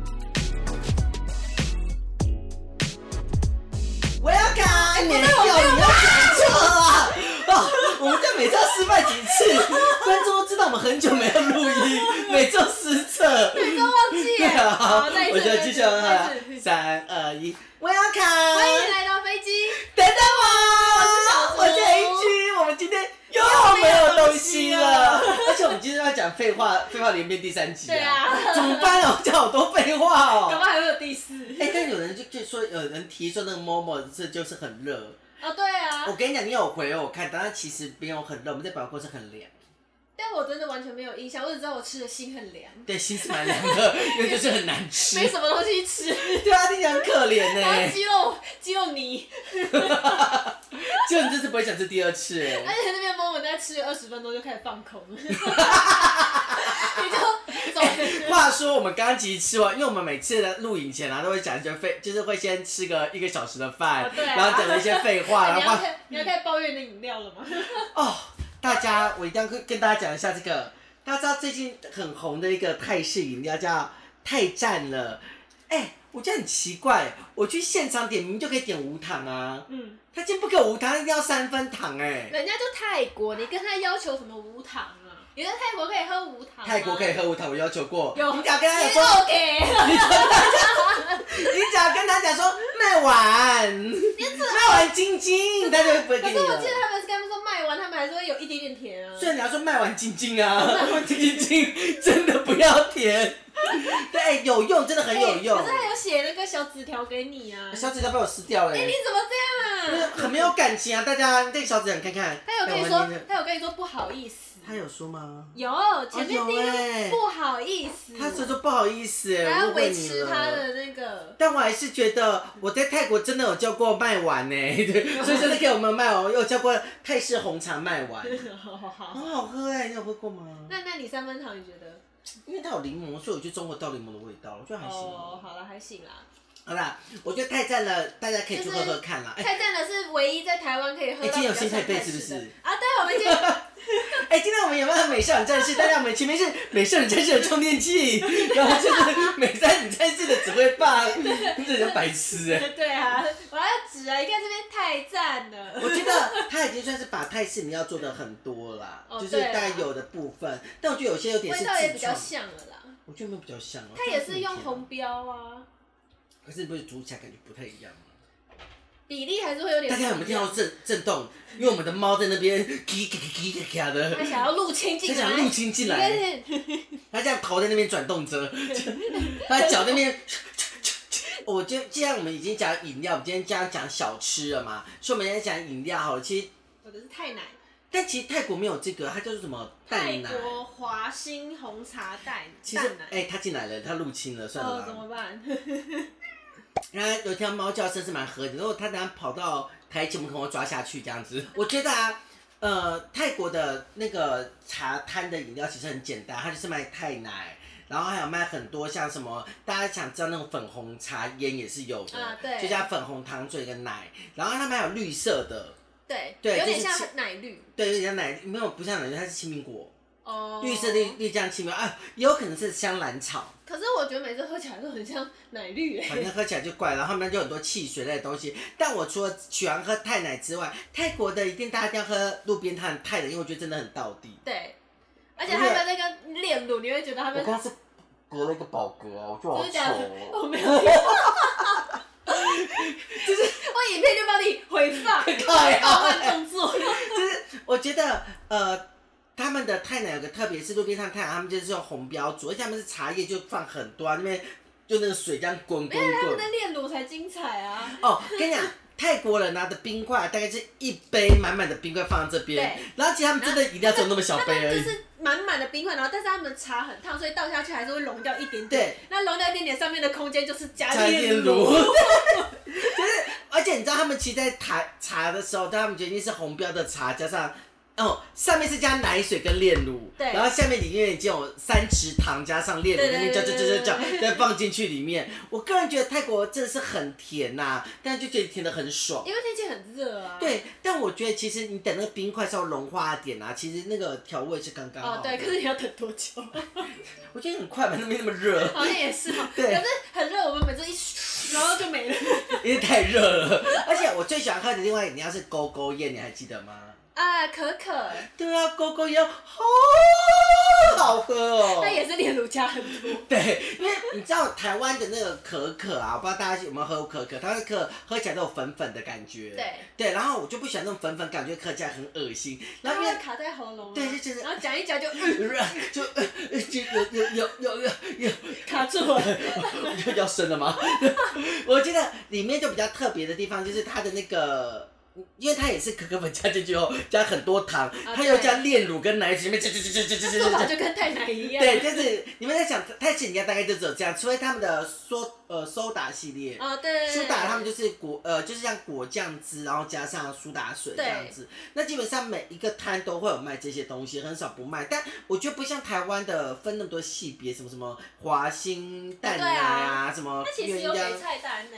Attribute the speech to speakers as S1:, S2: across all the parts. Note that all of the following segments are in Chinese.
S1: 哎
S2: 哎
S1: 每周失败几次，观众都知道我们很久没有录音，每周失策。
S2: 都忘记了。
S1: 好，
S2: 哦好，再一次，
S1: 啊我觉得继续很好
S2: 再
S1: 了
S2: 一次。
S1: 三二一，我要卡。
S2: 欢迎来到飞机，
S1: 等等我，
S2: 我
S1: 我是
S2: 是小猪
S1: A 区，我们今天又没有东西了，而且我们今天要讲废话，废话连篇第三集
S2: 对啊
S1: 怎么办啊？我讲好多废话
S2: 搞不
S1: 哦。
S2: 好还会有第四。
S1: 哎、但有人就就说，有人提说那个 Momo 这就是很热。
S2: 哦，对
S1: 我
S2: 啊，
S1: 跟你讲，你有回我看，但它其实没有很热，我们在百货公司很凉。
S2: 但我真的完全没有印象，我只知道我吃的心很凉，
S1: 对，心是蛮凉 的，因为就是很难吃。
S2: 没什么东西吃，
S1: 对啊，听起来很可怜 呢、
S2: 然后鸡肉鸡肉泥，
S1: 就你这次不会想吃第二次哎、
S2: 而且那边猫们在吃二十分钟就开始放空， 你就走。
S1: 话说，我们刚刚其实吃完，因为我们每次的录影前啊，都会讲一些废，就是会先吃个一个小时的饭，
S2: 哦对啊
S1: 然后讲一些废话，
S2: 哎
S1: 然
S2: 你
S1: 后
S2: 要
S1: 话
S2: 开你要开始抱怨你的饮料了吗？
S1: 哦，大家我一定要跟跟大家讲一下这个，大家知道最近很红的一个泰式饮料叫泰赞了，哎、我觉得很奇怪，我去现场点名就可以点无糖啊，
S2: 嗯，
S1: 他竟然不给我无糖，一定要三分糖哎、
S2: 人家就泰国，你跟他要求什么无糖啊？你在泰国可以喝无糖吗，
S1: 泰国可以喝无糖，我要求过，
S2: 啊有
S1: 你只要跟他讲
S2: 鸡肉
S1: 说，
S2: 给，
S1: 你只要跟他讲说卖完，卖完晶晶，他就会不会
S2: 可
S1: 给你
S2: 是我记得
S1: 了。
S2: 他们是跟他们说卖完，他们还是会有一点点甜啊。
S1: 虽然你要说卖完晶晶啊， 晶晶真的不要甜，对，哎有用，真的很有用
S2: 哎可。是还有写那个小纸条给你啊。
S1: 小指甲被我撕掉了、
S2: 哎、你怎么这样啊？
S1: 很没有感情啊！大家那个小指甲你看看，
S2: 他有跟你
S1: 那我
S2: 说
S1: 们今天，
S2: 他有跟你说不好意思。
S1: 他有说吗？
S2: 有前面第一
S1: 有欸
S2: 个不好意思，
S1: 他说说不好意思、欸，
S2: 还要
S1: 我误会
S2: 维
S1: 你
S2: 持
S1: 了
S2: 他的那个。
S1: 但我还是觉得我在泰国真的有教过卖完呢、 对，所以真的给我们卖完，我有教过泰式红茶卖 完，
S2: 好好好
S1: 很好喝哎、你有喝过吗？
S2: 那那你三分糖你觉得？
S1: 因为它有柠檬，所以我觉得中国到柠檬的味道，我觉得还行。
S2: 哦，好了，还行啦。
S1: 好啦，我觉得太赞了，大家可以去喝喝 看啦。哎、
S2: 太赞了，是唯一在台湾可以喝
S1: 哎今
S2: 到比
S1: 天有
S2: 较
S1: 新
S2: 像
S1: 菜贝
S2: 泰
S1: 是不
S2: 式的
S1: 是
S2: 啊，对，我们今天
S1: 哎、今天我们有没有美少女战士？大家我们前面是美少女战士的充电器， 然后就是美少女战士的指挥棒， 这人白痴哎、
S2: 对啊，我要指啊，你看这边太赞了。
S1: 我觉得他已经算是把泰式你要做的很多啦，
S2: 哦
S1: 就是
S2: 对
S1: 大
S2: 啊
S1: 概有的部分，但我觉得有些有点是
S2: 味道也
S1: 自
S2: 比较
S1: 创，
S2: 像了啦。
S1: 我觉得没有比较像哦。
S2: 它
S1: 这
S2: 也
S1: 样子
S2: 是用
S1: 很甜
S2: 红，标啊，
S1: 可是不是煮起来感觉不太一样吗？
S2: 比例还是会有点
S1: 大
S2: 不一
S1: 家
S2: 样。
S1: 有没有听到震震动？因为我们的猫在那边叽叽叽叽叽的，
S2: 它想要入侵进
S1: 它
S2: 来，
S1: 想入侵进来。
S2: 你看这
S1: 他这样头在那边转动着，他脚在那边。我就既然我们已经讲饮料，我们今天这样讲小吃了嘛，所以我们今天讲饮料好了。其实，
S2: 我的是泰奶，
S1: 但其实泰国没有这个，它叫做什么
S2: 泰
S1: 蛋奶。
S2: 国华兴红茶蛋
S1: 其实
S2: 蛋，奶。
S1: 哎、他进来了，他入侵了，算了
S2: 哦，怎么
S1: 吧。
S2: 办？
S1: 然后有一条猫叫声是蛮合理的，如果他等下跑到台前，我们可能会抓下去这样子。 我觉得啊，呃，泰国的那个茶摊的饮料其实很简单，它就是卖泰奶，然后还有卖很多像什么大家想知道那种粉红茶烟也是有的，
S2: 啊对
S1: 就加粉红糖水跟奶，然后他们还有绿色的，
S2: 对，
S1: 对
S2: 有点
S1: 就是
S2: 像奶绿
S1: 对，有点像奶，没有不像奶油，它是青苹果，
S2: 哦，
S1: 绿色绿。绿酱青苹果，啊，也有可能是香兰草。
S2: 可是我觉得每次喝起来都很像奶绿，欸
S1: 反正喝起来就怪，然后他们就有很多汽水类的东西。但我除了喜欢喝泰奶之外，泰国的一定大家一定要喝路边摊泰的，因为我觉得真的很道地。
S2: 对。而且他们那个炼乳，你会觉得他
S1: 我
S2: 们
S1: 刚刚是隔了一个饱嗝啊，我就好
S2: 就是这样子，
S1: 丑、
S2: 我
S1: 哦。
S2: 没有听到，就是我影片就帮你回 放，
S1: 靠呀
S2: 放慢动作。
S1: 我觉得呃，他们的泰奶有个特别是路边摊泰奶，他们就是用红标煮，而且他们是茶叶就放很多、啊，那边就那个水这样滚滚
S2: 他们
S1: 滚
S2: 的。炼乳才精彩啊！
S1: 哦，跟你讲。泰国人拿的冰块大概是一杯满满的冰块放在这边
S2: 对，
S1: 然后其实他们真的饮料只有那么小
S2: 他
S1: 杯
S2: 们
S1: 而
S2: 就
S1: 已。
S2: 是满满的冰块，然后但是他们茶很烫，所以倒下去还是会溶掉一点点。
S1: 对，
S2: 那溶掉一点点，上面的空间就是加
S1: 加炼
S2: 炼
S1: 乳，
S2: 乳。
S1: 就是，而且你知道他们其实在茶茶的时候，他们决定是红标的茶，加上哦，上面是加奶水跟炼乳，
S2: 对
S1: 然后下面里面已经有三匙糖加上炼乳，
S2: 对
S1: 那
S2: 对
S1: 边搅搅
S2: 对
S1: 搅
S2: 对
S1: 搅搅
S2: 对，
S1: 再放进去里面。我个人觉得泰国真的是很甜呐、但就觉得甜的很爽。
S2: 因为天气很热啊。。
S1: 对，但我觉得其实你等那个冰块稍微融化一点啊，其实那个调味是刚刚好
S2: 哦，
S1: 的。
S2: 对，可是你要等多 久？
S1: 我觉得很快吧，那边那么热，
S2: 好像也是哦。
S1: 对
S2: 可是很热，我们每次一，然后就 没了。
S1: 因为太热了。而且我最喜欢喝的另外一个饮料是勾勾燕，你还记得吗？
S2: 啊，可可，
S1: 对啊，勾勾腰，好好喝哦。
S2: 那也是炼乳加很多。
S1: 对，因为你知道台湾的那个可可啊，我不知道大家有没有喝过可可，它的可喝起来都有粉粉的感觉。
S2: 对，
S1: 对，然后我就不喜欢那种粉粉感觉，喝起来很恶心。然
S2: 然
S1: 后
S2: 后
S1: 因为
S2: 卡在喉咙啊，
S1: 对就觉得
S2: 然后讲一讲就、 嗯、
S1: 就呃就有有有有有有
S2: 卡住了。
S1: 又要生了吗？ 我觉得里面就比较特别的地方就是它的那个。因为它也是可可粉加进去后，加很多糖，它又
S2: 啊对
S1: 加炼乳跟奶水，里面加加加加加加加
S2: 那 做
S1: 加
S2: 法就跟太奶一样。
S1: 对，就是你们在想泰式饮料大概就只有这样，除非他们的苏呃苏打系列，
S2: 哦，对对对，
S1: 苏打他们就是果呃就是像果酱汁，然后加上苏打水这
S2: 对
S1: 样子。那基本上每一个摊都会有卖这些东西，很少不卖。但我觉得不像台湾的分那么多系别，什么什么华兴蛋奶啊，什么
S2: 那其实
S1: 鸳
S2: 有给
S1: 鸯
S2: 菜单呢、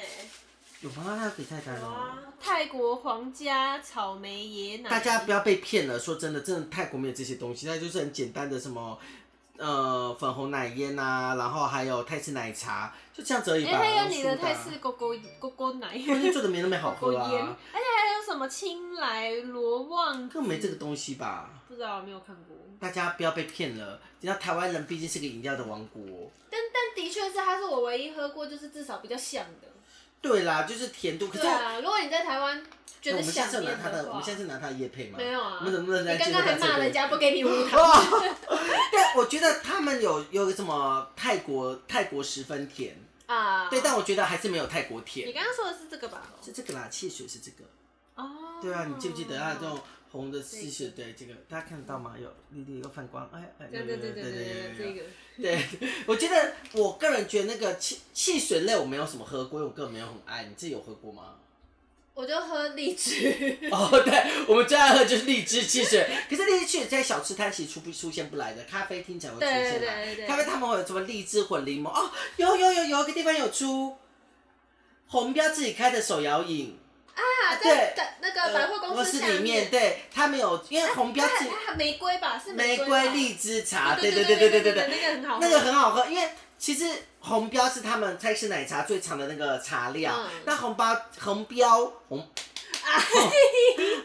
S1: 有吗？还有给菜单
S2: 有
S1: 哦。
S2: 啊，泰国皇家草莓椰奶。
S1: 大家不要被骗了，说真的，真的泰国没有这些东西，它就是很简单的什么。呃，粉红奶烟啊，然后还有泰式奶茶，就这样子而已
S2: 哎、
S1: 吧。
S2: 还有你的
S1: 苏打
S2: 泰式勾勾勾勾奶，
S1: 因为做的没那么好
S2: 勾
S1: 喝
S2: 烟，
S1: 啊，
S2: 而且还有什么青莱罗旺子，
S1: 根本没这个东西吧？
S2: 不知道没有看过。
S1: 大家不要被骗了，你知道台湾人毕竟是个饮料的王国。
S2: 但但的确是，它是我唯一喝过，就是至少比较像的。
S1: 对啦，就是甜度。可是
S2: 对啊，如果你在台湾觉
S1: 我们
S2: 得
S1: 下
S2: 想
S1: 次有拿
S2: 念
S1: 他的，我
S2: 话
S1: 们，下次拿他的叶配吗？
S2: 没有啊
S1: 我们能不能来
S2: 你刚
S1: 进
S2: 刚
S1: 入到
S2: 还
S1: 这
S2: 骂
S1: 个
S2: 人家不给你无糖，
S1: 哦，对，我觉得他们有有什么泰国泰国十分甜，
S2: 啊，
S1: 对，但我觉得还是没有泰国
S2: 你
S1: 甜，
S2: 刚刚说的是这个吧？
S1: 是这个啦，汽水是这个，
S2: 哦，
S1: 对啊，你记不记得它这种红的汽水？
S2: 这
S1: 对，这个大家看得到吗？有粒粒有反光，哎哎，
S2: 对
S1: 有
S2: 对
S1: 有
S2: 对
S1: 有
S2: 对
S1: 有有有
S2: 对对，
S1: 有
S2: 这个
S1: 对，我觉得我个人觉得那个汽汽水类我没有什么喝过，因为我个人没有很爱。你自己有喝过 吗？
S2: 我就喝荔枝，
S1: 哦，对，我们最爱喝就是荔枝汽水，可是荔枝汽水在小吃摊其实出不出现不来的，咖啡厅才会出
S2: 对对
S1: 现
S2: 对
S1: 来。
S2: 对对，
S1: 咖啡他们会有什么荔枝混柠檬？哦，有有有有一个地方有出红标自己开的手摇饮，
S2: 啊，
S1: 对
S2: 在在那个百货公
S1: 呃
S2: 司下
S1: 卧室里面，
S2: 面，
S1: 对他们有，因为红标自己
S2: 它玫瑰吧，是
S1: 玫
S2: 瑰
S1: 瑰
S2: 吧
S1: 荔枝茶，
S2: 对
S1: 对
S2: 对对
S1: 对
S2: 对
S1: 对。
S2: 那个很好喝，
S1: 那个很好喝，因为其实红标是他们泰式奶茶最长的那个茶料。
S2: 嗯哎
S1: 那红包红标红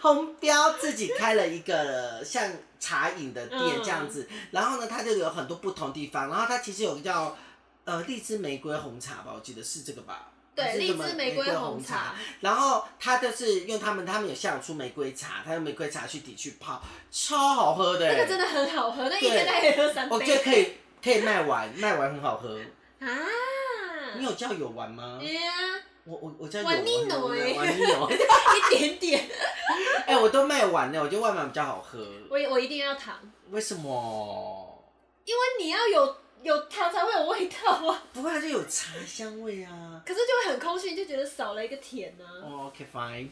S1: 红标自己开了一个像茶饮的店
S2: 嗯
S1: 这样子，然后呢，它就有很多不同地方，然后它其实有个叫呃荔枝玫瑰红茶吧，我记得是这个吧。还
S2: 对
S1: 是
S2: 荔
S1: 什么
S2: 枝玫瑰红
S1: 茶
S2: 茶，，
S1: 然后它就是用他们，他们有下午出玫瑰茶，他用玫瑰茶去底去泡，超好喝的欸、
S2: 那个真的很好喝，那一
S1: 对
S2: 天大概喝三
S1: 我觉得
S2: 杯
S1: 哦可以可以卖 完，卖完很好喝。
S2: 啊。嗯
S1: 你有叫有玩吗？
S2: 呀，
S1: 我我我叫有
S2: 玩腻
S1: 玩
S2: 了欸
S1: 玩腻了
S2: 一点点，
S1: 哎、我都卖完了，我觉得外卖比较好喝。
S2: 我我一定要糖，
S1: 为什么？
S2: 因为你要有有糖才会有味道啊，
S1: 不过它就有茶香味啊。
S2: 可是就会很空虚，你就觉得少了一个甜呢、啊。
S1: 哦 OK fine，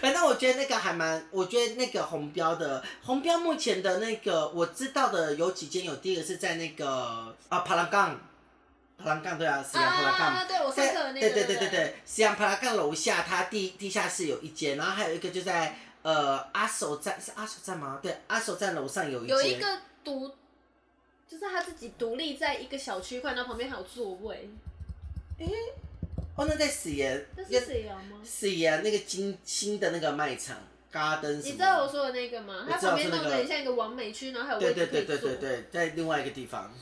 S1: 反正我觉得那个还蛮，我觉得那个红标的红标目前的那个我知道的有几间有，第一个是在那个啊帕拉杠，帕拉杠对啊，是啊帕拉杠
S2: 啊，对，我上课的那个，
S1: 对对对对，
S2: 对
S1: 对，西洋帕拉干楼下，它地地下室有一间，然后还有一个就在呃阿首站是阿首站吗？对，阿首站楼上有一间，
S2: 有一个独，就是他自己独立在一个小区块，然后旁边还有座位，
S1: 哦，那在死岩，
S2: 那是沈阳吗？
S1: 死岩那个新新的那个卖场 Garden 什么
S2: 你知道我说的那个吗？
S1: 我
S2: 它
S1: 知道
S2: 旁
S1: 是
S2: 边
S1: 那个
S2: 弄得很像一个完美区，然后还有
S1: 对
S2: 位
S1: 对
S2: 置可
S1: 对
S2: 以坐。
S1: 对对对，在另外一个地方。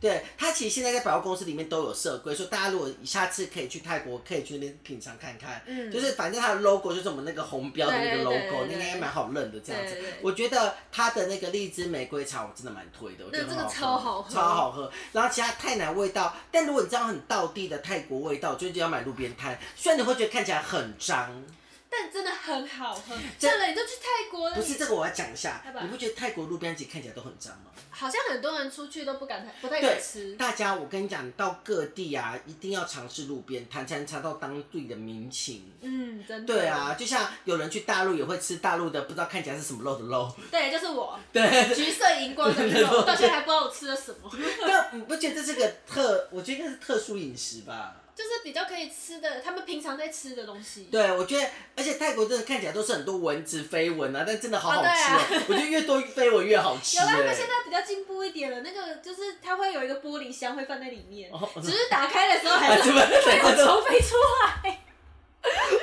S1: 对，它其实现在在百货公司里面都有设规，说大家如果下次可以去泰国，可以去那边品尝看看。
S2: 嗯
S1: 就是反正它的 logo 就是我们那个红标的那个
S2: 对对
S1: logo，
S2: 对对对
S1: 那应该蛮好认的这样子
S2: 对对对。
S1: 我觉得它的那个荔枝玫瑰茶我真的蛮推的，我觉得
S2: 那这
S1: 很好
S2: 个超好
S1: 喝，
S2: 喝
S1: 超好喝。然后其他泰奶味道，但如果你知道很道地的泰国味道，我就一定要买路边摊。虽然你会觉得看起来很脏，
S2: 但真的很好喝。
S1: 这
S2: 算了，你就去泰国了。
S1: 不是这个我要讲一下
S2: 要不，然
S1: 你不觉得泰国路边摊看起来都很脏吗？
S2: 好像很多人出去都不敢太不太
S1: 对
S2: 敢吃。
S1: 大家，我跟你讲，到各地啊，一定要尝试路边摊，才能尝到当地的民情。
S2: 嗯，真的。
S1: 对，啊，就像有人去大陆也会吃大陆的，不知道看起来是什么肉的肉。
S2: 对，就是 我
S1: 对，
S2: 橘色荧光的肉，到现在还不知道我吃了什么，
S1: 但你嗯不觉得这是个特？我觉得应该是特殊饮食吧。
S2: 就是比较可以吃的，他们平常在吃的东西。
S1: 对，我觉得，而且泰国真的看起来都是很多蚊子、飞蚊啊，但真的好好吃、 哦。
S2: 啊对
S1: 我觉得越多飞蚊越好吃、
S2: 有
S1: 欸。
S2: 啦，他们现在比较进步一点了，那个就是它会有一个玻璃箱会放在里面
S1: 哦，
S2: 只是打开的时候
S1: 啊
S2: 还
S1: 怎
S2: 是
S1: 么
S2: 会有虫飞出来。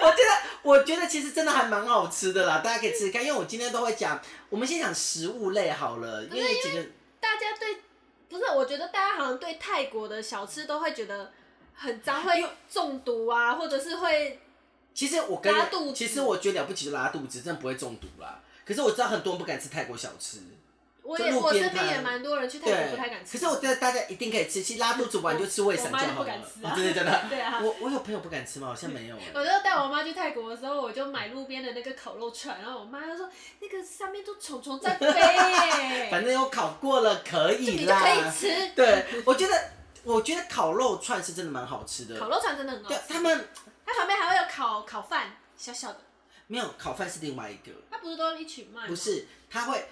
S1: 我觉得我觉得其实真的还蛮好吃的啦，大家可以吃吃看。因为我今天都会讲，我们先讲食物类好了，因为几个
S2: 大家对不是，我觉得大家好像对泰国的小吃都会觉得很脏，会中毒啊，或者是会
S1: 其实我跟
S2: 拉肚子
S1: 其实我觉得了不起就拉肚子，真的不会中毒啦。可是我知道很多人不敢吃泰国小吃，
S2: 我
S1: 就
S2: 也
S1: 路
S2: 我
S1: 边
S2: 身边
S1: 摊
S2: 也蛮多人去泰国
S1: 对
S2: 不太敢，吃。
S1: 可是我觉得大家一定可以吃，其实拉肚子完就吃胃散就
S2: 我妈就
S1: 好
S2: 不
S1: 了
S2: 敢。吃啊
S1: 哦真的真的，
S2: 对啊嗯
S1: 我我有朋友不敢吃吗？好像没有哎、
S2: 我就带我妈去泰国的时候，我就买路边的那个烤肉串，然后我妈就说那个上面都虫虫在飞 耶、
S1: 反正有烤过了可以
S2: 你就可以
S1: 啦。
S2: 吃。
S1: 对，我觉得我觉得烤肉串是真的蛮好吃的。
S2: 烤肉串真的很好
S1: 对啊
S2: 吃，，
S1: 他们
S2: 它旁边还会有烤烤饭，小小的，
S1: 没有烤饭是另外一个。
S2: 它不是都一起卖吗？
S1: 不，是，他会，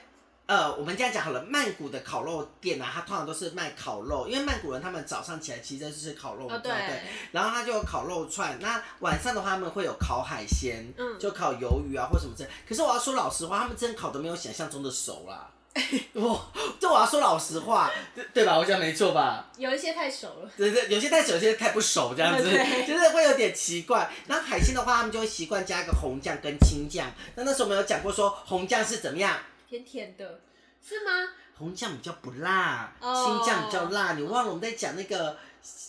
S1: 呃，我们这样讲好了，曼谷的烤肉店啊，它通常都是卖烤肉，因为曼谷人他们早上起来其实就是烤肉，
S2: 哦
S1: 对
S2: 对
S1: 不，然后他就有烤肉串，那晚上的话他们会有烤海鲜，
S2: 嗯
S1: 就烤鱿鱼啊或什么之类。可是我要说老实话，他们真的烤的没有想象中的熟啦。 我这我要说老实话，对 对吧？我讲没错吧？
S2: 有一些太熟了，
S1: 对对，有些太熟，有些太不熟，这样 子
S2: 对
S1: 就是会有点奇怪。那海鲜的话，他们就会习惯加一个红酱跟青酱。那那时候我们有讲过说红酱是怎么样，
S2: 甜甜的，是吗？
S1: 红酱比较不辣，
S2: 哦
S1: 青酱比较辣。你忘了我们在讲那个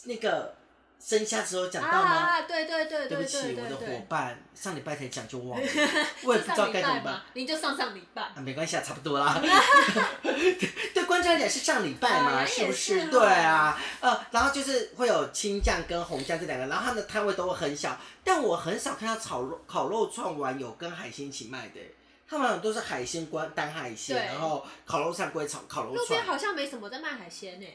S1: 那个生虾时候讲到吗？
S2: 啊，对对对
S1: 对不
S2: 对
S1: 起，
S2: 对
S1: 我
S2: 对
S1: 的伙
S2: 对，
S1: 伴上礼拜才讲就忘 了，我也
S2: 就
S1: 不知
S2: 上
S1: 道
S2: 礼
S1: 该怎么
S2: 拜
S1: 办。
S2: 嘛，您就上上礼拜。
S1: 啊，没关系啊，差不多 啦。对，观众点是上礼拜嘛，
S2: 啊
S1: 是不
S2: 也
S1: 是？
S2: 是哦
S1: 对啊，呃，然后就是会有青酱跟红酱这两个，然后他们的摊位都很小，但我很少看到炒肉烤肉串完有跟海鲜一起卖的，他们好像都是海鲜关单海鲜，
S2: 对
S1: 然后烤肉串归炒烤肉
S2: 路边
S1: 串，
S2: 好像没什么在卖海鲜呢、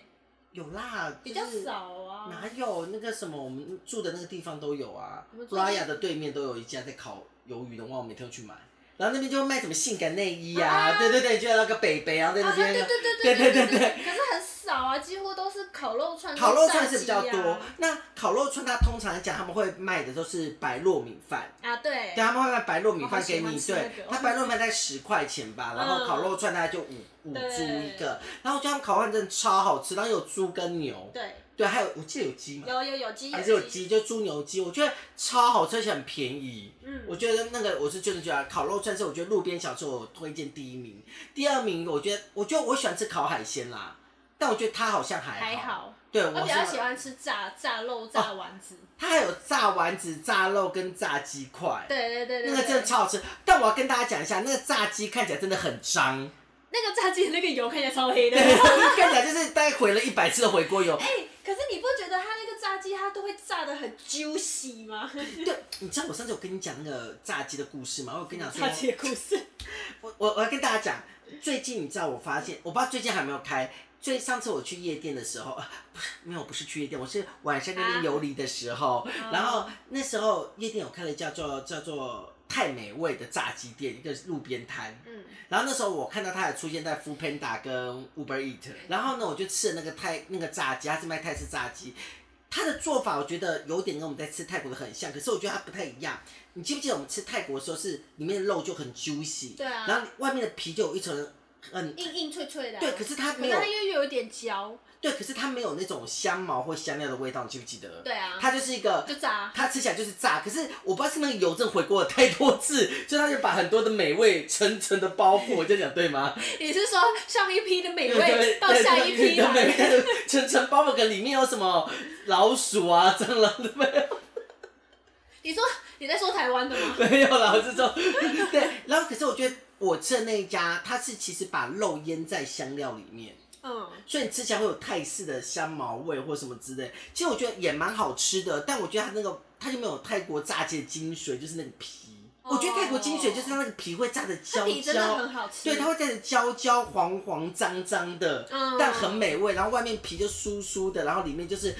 S1: 有啦，
S2: 比较
S1: 就是。
S2: 少
S1: 哪
S2: 啊。
S1: 有那个什么，我们住的那个地方都有啊
S2: 我们。住
S1: 布
S2: 的
S1: 拉雅的对面都有一家在烤鱿鱼的，哇，我每天都去买。然后那边就会卖什么性感内衣啊，
S2: 啊
S1: 对对对，就有那个北北，然后在
S2: 啊，
S1: 那
S2: 对
S1: 边、
S2: 对对
S1: 对
S2: 对
S1: 对对
S2: 对对，可是很少啊，几乎都是烤肉串、
S1: 烤肉串是比较
S2: 炸鸡
S1: 多
S2: 啊。
S1: 那烤肉串它通常来讲他们会卖的都是白糯米饭，
S2: 啊，对
S1: 对，，他们会卖白糯米饭给
S2: 我
S1: 你，
S2: 好喜欢吃
S1: 对
S2: 那个哦，
S1: 它白糯米饭大概十块钱吧，然后
S2: 嗯
S1: 烤肉串大概就五五
S2: 对
S1: 株一个，然后我觉得他们烤肉串真的超好吃，然后有猪跟牛，
S2: 对，
S1: 对，还有我记得有鸡嘛，
S2: 有有有鸡，
S1: 还是有，鸡，就猪牛鸡，我觉得超好吃，而且很便宜。
S2: 嗯，
S1: 我觉得那个我是真的觉得烤肉串是我觉得路边小吃我推荐第一名，第二名我觉得我觉得我喜欢吃烤海鲜啦，但我觉得它好像还
S2: 还好，
S1: 对
S2: 我
S1: 我哦
S2: 比较
S1: 是
S2: 喜欢吃炸炸肉、炸丸子，
S1: 它还有炸丸子、炸肉跟炸鸡块，
S2: 对对对对，
S1: 那个
S2: 对
S1: 真的超好吃。但我要跟大家讲一下，那个炸鸡看起来真的很脏，
S2: 那个炸鸡的那个油看起来超黑的。
S1: 看起来就是大概回了一百次的回锅油。
S2: 哎、可是你不觉得它那个炸鸡它都会炸的很 juicy 吗？
S1: 对，你知道我上次有跟你讲那个炸鸡的故事吗？我跟你讲
S2: 炸
S1: 说，
S2: 鸡的故事，
S1: 我我我要跟大家讲，最近你知道我发现，我不知道最近还有没有开。最上次我去夜店的时候，啊不是没有，不是去夜店，我是晚上跟
S2: 啊
S1: 游离的时候，
S2: 哦
S1: 然后那时候夜店有开了叫做叫做太美味的炸鸡店，一个路边摊，
S2: 嗯，
S1: 然后那时候我看到它还出现在 f o o Panda 跟 Uber Eat，然后呢，我就吃了那个泰那个炸鸡，它是卖泰式炸鸡，它的做法我觉得有点跟我们在吃泰国的很像，可是我觉得它不太一样。你记不记得我们吃泰国的时候是里面的肉就很 juicy，、
S2: 对啊，
S1: 然后外面的皮就有一层很
S2: 硬硬脆脆的啊、
S1: 对，可是它
S2: 可
S1: 没
S2: 是
S1: 有
S2: 它又有一点焦，
S1: 对，可是它没有那种香茅或香料的味道，你记不记得？
S2: 对啊，
S1: 它就是一个。
S2: 就炸啊、
S1: 它吃起来就是炸，可是我不知道是那个油正回锅了太多次，所以它就把很多的美味层层的包覆，我这样讲对吗？
S2: 你是说上一批的 美
S1: 对对对
S2: 味到下一批
S1: 对对
S2: 来？
S1: 对对层层包包可能里面有什么老鼠啊、蟑螂都没有，
S2: 你说你在说台湾的吗？
S1: 没有啦，我是说，对。然后可是我觉得我吃的那一家，它是其实把肉腌在香料里面，
S2: 嗯，
S1: 所以你吃起来会有泰式的香茅味或什么之类。其实我觉得也蛮好吃的，但我觉得它那个它就没有泰国炸鸡的精髓，就是那个皮。我觉得泰国精髓就是它那个皮会炸的
S2: 哦它
S1: 焦
S2: 皮真的
S1: 焦，
S2: 很好吃，
S1: 对，它会炸的焦焦黄黄脏脏的。
S2: 嗯
S1: 但很。美味，然后外面皮就酥酥的，然后里面就是，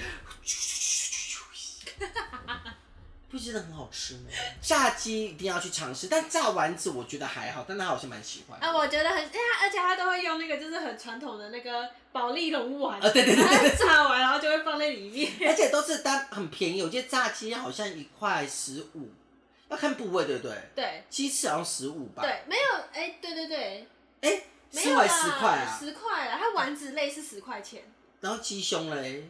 S1: 不觉得很好吃吗？炸鸡一定要去尝试，但炸丸子我觉得还好，但它好像蛮喜欢。
S2: 啊，我觉得很，哎，它而且它都会用那个就是很传统的那个保利龙丸，
S1: 啊对对对
S2: 然后炸完然后就会放在里面。
S1: 而且都是单很便宜，我记得炸鸡好像一块十五，要看部位对不对？
S2: 对
S1: 鸡翅好像十五吧，
S2: 对，没有，哎，对对对，
S1: 哎，
S2: 没
S1: 四
S2: 有
S1: 块
S2: 啦，
S1: 十块啊，
S2: 十块啊，它丸子类是十块钱，
S1: 然后鸡胸嘞，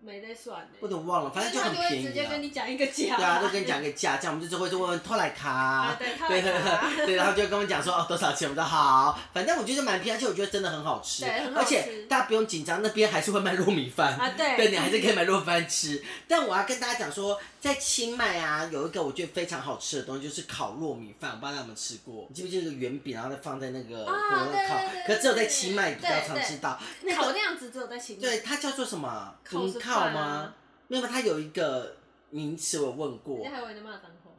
S2: 没在算
S1: 我
S2: 的，
S1: 都忘了，反正
S2: 他
S1: 很
S2: 就会
S1: 便
S2: 直
S1: 宜
S2: 接
S1: 啊。
S2: 跟你讲一个价，
S1: 对啊，都跟你讲个价，这样我们就会就问拖莱卡，
S2: 啊，对，他
S1: 对
S2: 会查
S1: 对， 然后就跟我讲说哦多少钱，我们说好，反正我觉得蛮便宜，而且我觉得真的很好吃，
S2: 对很好
S1: 而
S2: 吃
S1: 且大家不用紧张，那边还是会卖糯米饭。
S2: 啊，对，
S1: 对，你还是可以买糯饭吃，但我要跟大家讲说，在清迈啊，有一个我觉得非常好吃的东西，就是烤糯米饭，我不知道你有没有吃过。你记不记得那个圆饼，然后再放在那个
S2: 啊
S1: 火上
S2: 对
S1: 烤
S2: 对对，
S1: 可只有在清迈比较
S2: 对
S1: 常
S2: 对
S1: 吃到。那
S2: 烤
S1: 个
S2: 那样子只有在清迈
S1: 对，它叫做什么啊？
S2: 烤是
S1: 银烤
S2: 饭
S1: 吗
S2: 啊？？
S1: 没有，它有一个名词我问过
S2: 人。家还以为你骂脏话，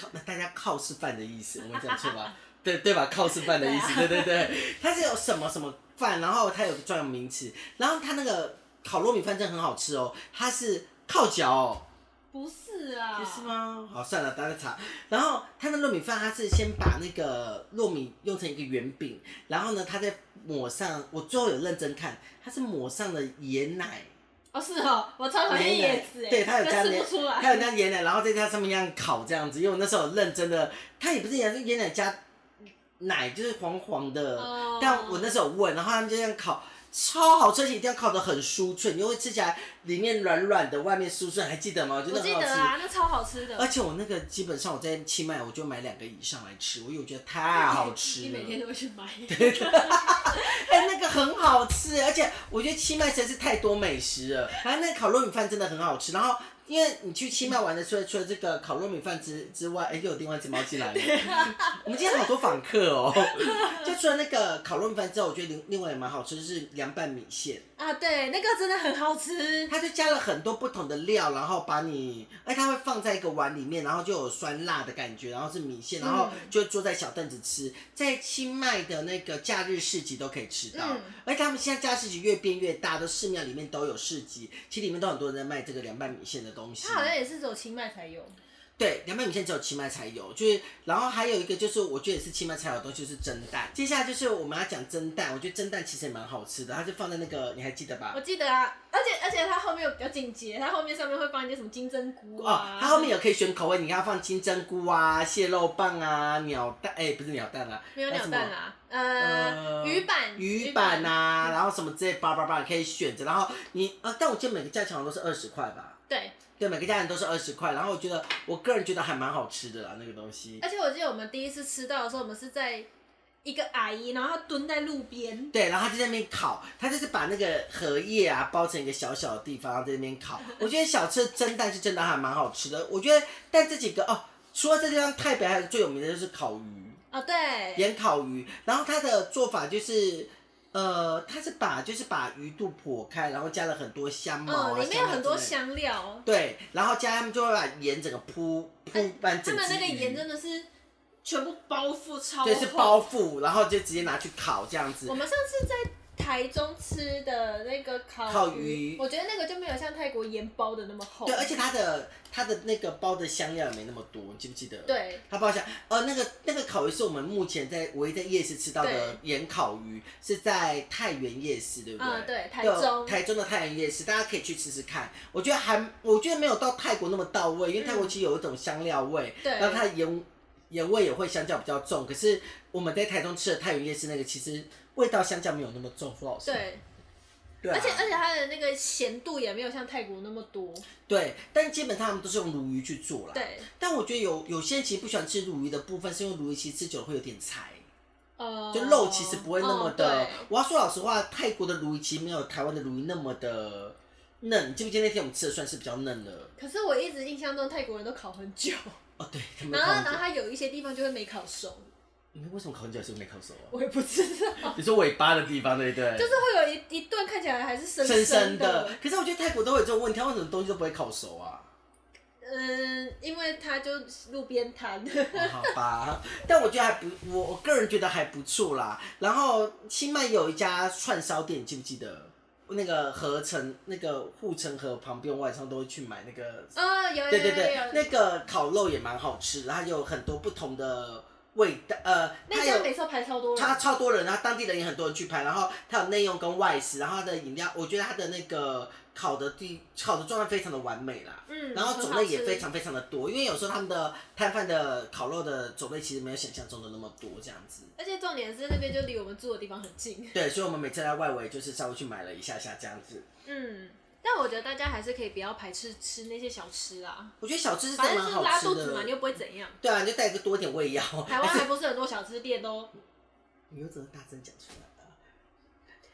S1: 靠，那 大家靠是饭的意思，我们讲错吧？ 对对吧？靠是饭的意思，
S2: 啊
S1: 对对对，它是有什么什么饭，然后它有个专有名词，然后它那个烤糯米饭真的很好吃哦，它是靠脚哦，
S2: 不是啊，
S1: 不是吗？好，哦算了，大家查。然后它的糯米饭，它是先把那个糯米用成一个圆饼，然后呢，它再抹上，我最后有认真看，它是抹上了椰奶，
S2: 哦，是哦，我超讨厌
S1: 椰奶
S2: 叶子，哎
S1: 对它有
S2: 可
S1: 加
S2: 吃
S1: 椰
S2: 不出来，
S1: 还有那椰奶，然后再加上面一样烤这样子，因为我那时候有认真的，它也不是椰奶，是椰奶加奶，就是黄黄的。
S2: 哦
S1: 但我那时候有问，然后他们就这样烤，超好吃，而且一定要烤的很酥脆，你就会吃起来里面软软的，外面酥脆，还记得吗？我觉
S2: 我
S1: 得
S2: 记
S1: 很好
S2: 得
S1: 吃。
S2: 啊，那超好吃的，
S1: 而且我那个基本上我在清迈，我就买两个以上来吃，我因为我觉得太好吃
S2: 你
S1: 了
S2: 每。天都会去买，
S1: 哎、那个很好吃，而且我觉得清迈实在是太多美食了。然哎后那个烤糯米饭真的很好吃。然后因为你去清迈玩的，除了除了这个烤糯米饭之之外，哎、又有另外一只猫进来 了。我们今天好多访客哦。就除了那个烤糯米饭之后，我觉得另另外也蛮好吃，就是凉拌米线，
S2: 啊，对，那个真的很好吃，
S1: 它就加了很多不同的料，然后把你，哎，它会放在一个碗里面，然后就有酸辣的感觉，然后是米线，然后
S2: 嗯
S1: 就坐在小凳子吃，在清迈的那个假日市集都可以吃到。
S2: 嗯
S1: 而且他们现在家市集越变越大，都寺庙里面都有市集，其实里面都很多人在卖这个凉拌米线的东西
S2: 它。好像也是只有清迈才有，
S1: 对，凉拌米线只有清迈才有，就是然后还有一个就是我觉得也是清迈才有的东西就是蒸蛋。接下来就是我们要讲蒸蛋，我觉得蒸蛋其实也蛮好吃的，它就放在那个你还记得吧
S2: 我？记得啊，而且而且它后面有比较紧接，它后面上面会放一些什么金针菇
S1: 哦
S2: 啊，，
S1: 它后面有可以选口味，你要放金针菇啊、蟹肉棒啊、鸟蛋，哎、不是鸟蛋啊，
S2: 没有
S1: 那
S2: 鸟
S1: 什么
S2: 蛋啦，呃，
S1: 呃
S2: 鱼板
S1: 鱼板，啊，然后什么之类，叭叭叭可以选择。然后你呃，但我记得每个价钱好像都是二十块吧。
S2: 对，
S1: 对，每个家人都是二十块，然后我觉得我个人觉得还蛮好吃的啦，那个东西。
S2: 而且我记得我们第一次吃到的时候，我们是在一个阿姨，然后她蹲在路边，
S1: 对，然后他就在那边烤，他就是把那个荷叶啊包成一个小小的地方，然后在那边 烤。我觉得小吃的蒸蛋是真的还蛮好吃的。我觉得，但这几个哦，除了这地方，泰北还有最有名的就是烤鱼，
S2: 哦，对，
S1: 盐烤鱼。然后它的做法就是，呃，它是把就是把鱼肚剖开，然后加了很多香茅啊，
S2: 嗯，里面有很多
S1: 香料之类的。
S2: 香料，
S1: 对，然后加他们就会把盐整个铺铺满
S2: 他
S1: 整只鱼。
S2: 们那个盐真的是全部包覆超
S1: 对，是
S2: 厚
S1: 包覆，然后就直接拿去烤这样子
S2: 我。们上次在台中吃的那个烤
S1: 烤鱼
S2: 我觉得那个就没有像泰国盐包的那么厚。
S1: 对，而且它的它的那个包的香料也没那么多，你记不记得？，
S2: 对
S1: 它包香，呃，那个那个烤鱼是我们目前在唯一在夜市吃到的盐烤鱼，是在太原夜市，对不对？
S2: 嗯对，台
S1: 对
S2: 中
S1: 台中的太原夜市，大家可以去吃吃看。我觉得还，我觉得没有到泰国那么到位，因为泰国其实有一种香料味，
S2: 嗯对
S1: 然后它的盐盐味也会相较比较重。可是我们在台中吃的太原夜市那个，其实味道相较没有那么重，说老实话。
S2: 对，
S1: 对啊，
S2: 而且而且它的那个咸度也没有像泰国那么多。
S1: 对，但基本上他们都是用鲈鱼去做啦。
S2: 对，
S1: 但我觉得有有些人其实不喜欢吃鲈鱼的部分，是因为鲈鱼其实吃久了会有点柴，
S2: 呃，
S1: 就肉其实不会那么的。
S2: 哦
S1: 我要说老实话，泰国的鲈鱼其实没有台湾的鲈鱼那么的嫩。你记不记得那天我们吃的算是比较嫩了？
S2: 对可是我一直印象中泰国人都烤 很久，
S1: 哦，对，他们
S2: 然后
S1: 烤很
S2: 然后
S1: 久。
S2: 它有一些地方就会没烤熟，
S1: 你们为什么烤很久还是没烤熟啊？
S2: 我也不知道，
S1: 你说尾巴的地方对不 对？
S2: 就是会有一一段看起来还是生
S1: 深
S2: 生
S1: 深的。可是我觉得泰国都会有这种问题，它为什么东西都不会烤熟啊？
S2: 嗯，因为它就路边摊。
S1: 哦好吧，但我觉得还不，我我个人觉得还不错啦。然后清迈有一家串烧店，你记不记得？那个合成那个护城河旁边，我晚上都会去买那个。
S2: 哦，有有有
S1: 对
S2: 有
S1: 对对
S2: 有，
S1: 那个烤肉也蛮好吃，然后有很多不同的味道。呃，
S2: 那
S1: 它
S2: 家
S1: 有
S2: 每次都排超多人，
S1: 它超多人，然后当地人也很多人去拍，然后它有内用跟外食，然后它的饮料，我觉得它的那个烤的地烤的状态非常的完美啦。
S2: 嗯，
S1: 然后种类也非
S2: 很好
S1: 常非常的多，因为有时候他们的摊贩的烤肉的种类其实没有想象中的那么多这样子。
S2: 吃，而且重点是那边就离我们住的地方很近。
S1: 对，所以我们每次来外围就是稍微去买了一下下这样子。
S2: 嗯，但我觉得大家还是可以不要排斥吃那些小吃啦，
S1: 我觉得小吃是
S2: 反
S1: 真
S2: 正
S1: 蛮
S2: 是
S1: 好
S2: 拉
S1: 吃
S2: 肚子嘛，
S1: 的
S2: 你。又不会怎样。
S1: 对啊，你就带个多一点胃药。
S2: 台湾还不是很多小吃店都
S1: 你又怎么大声讲出来了？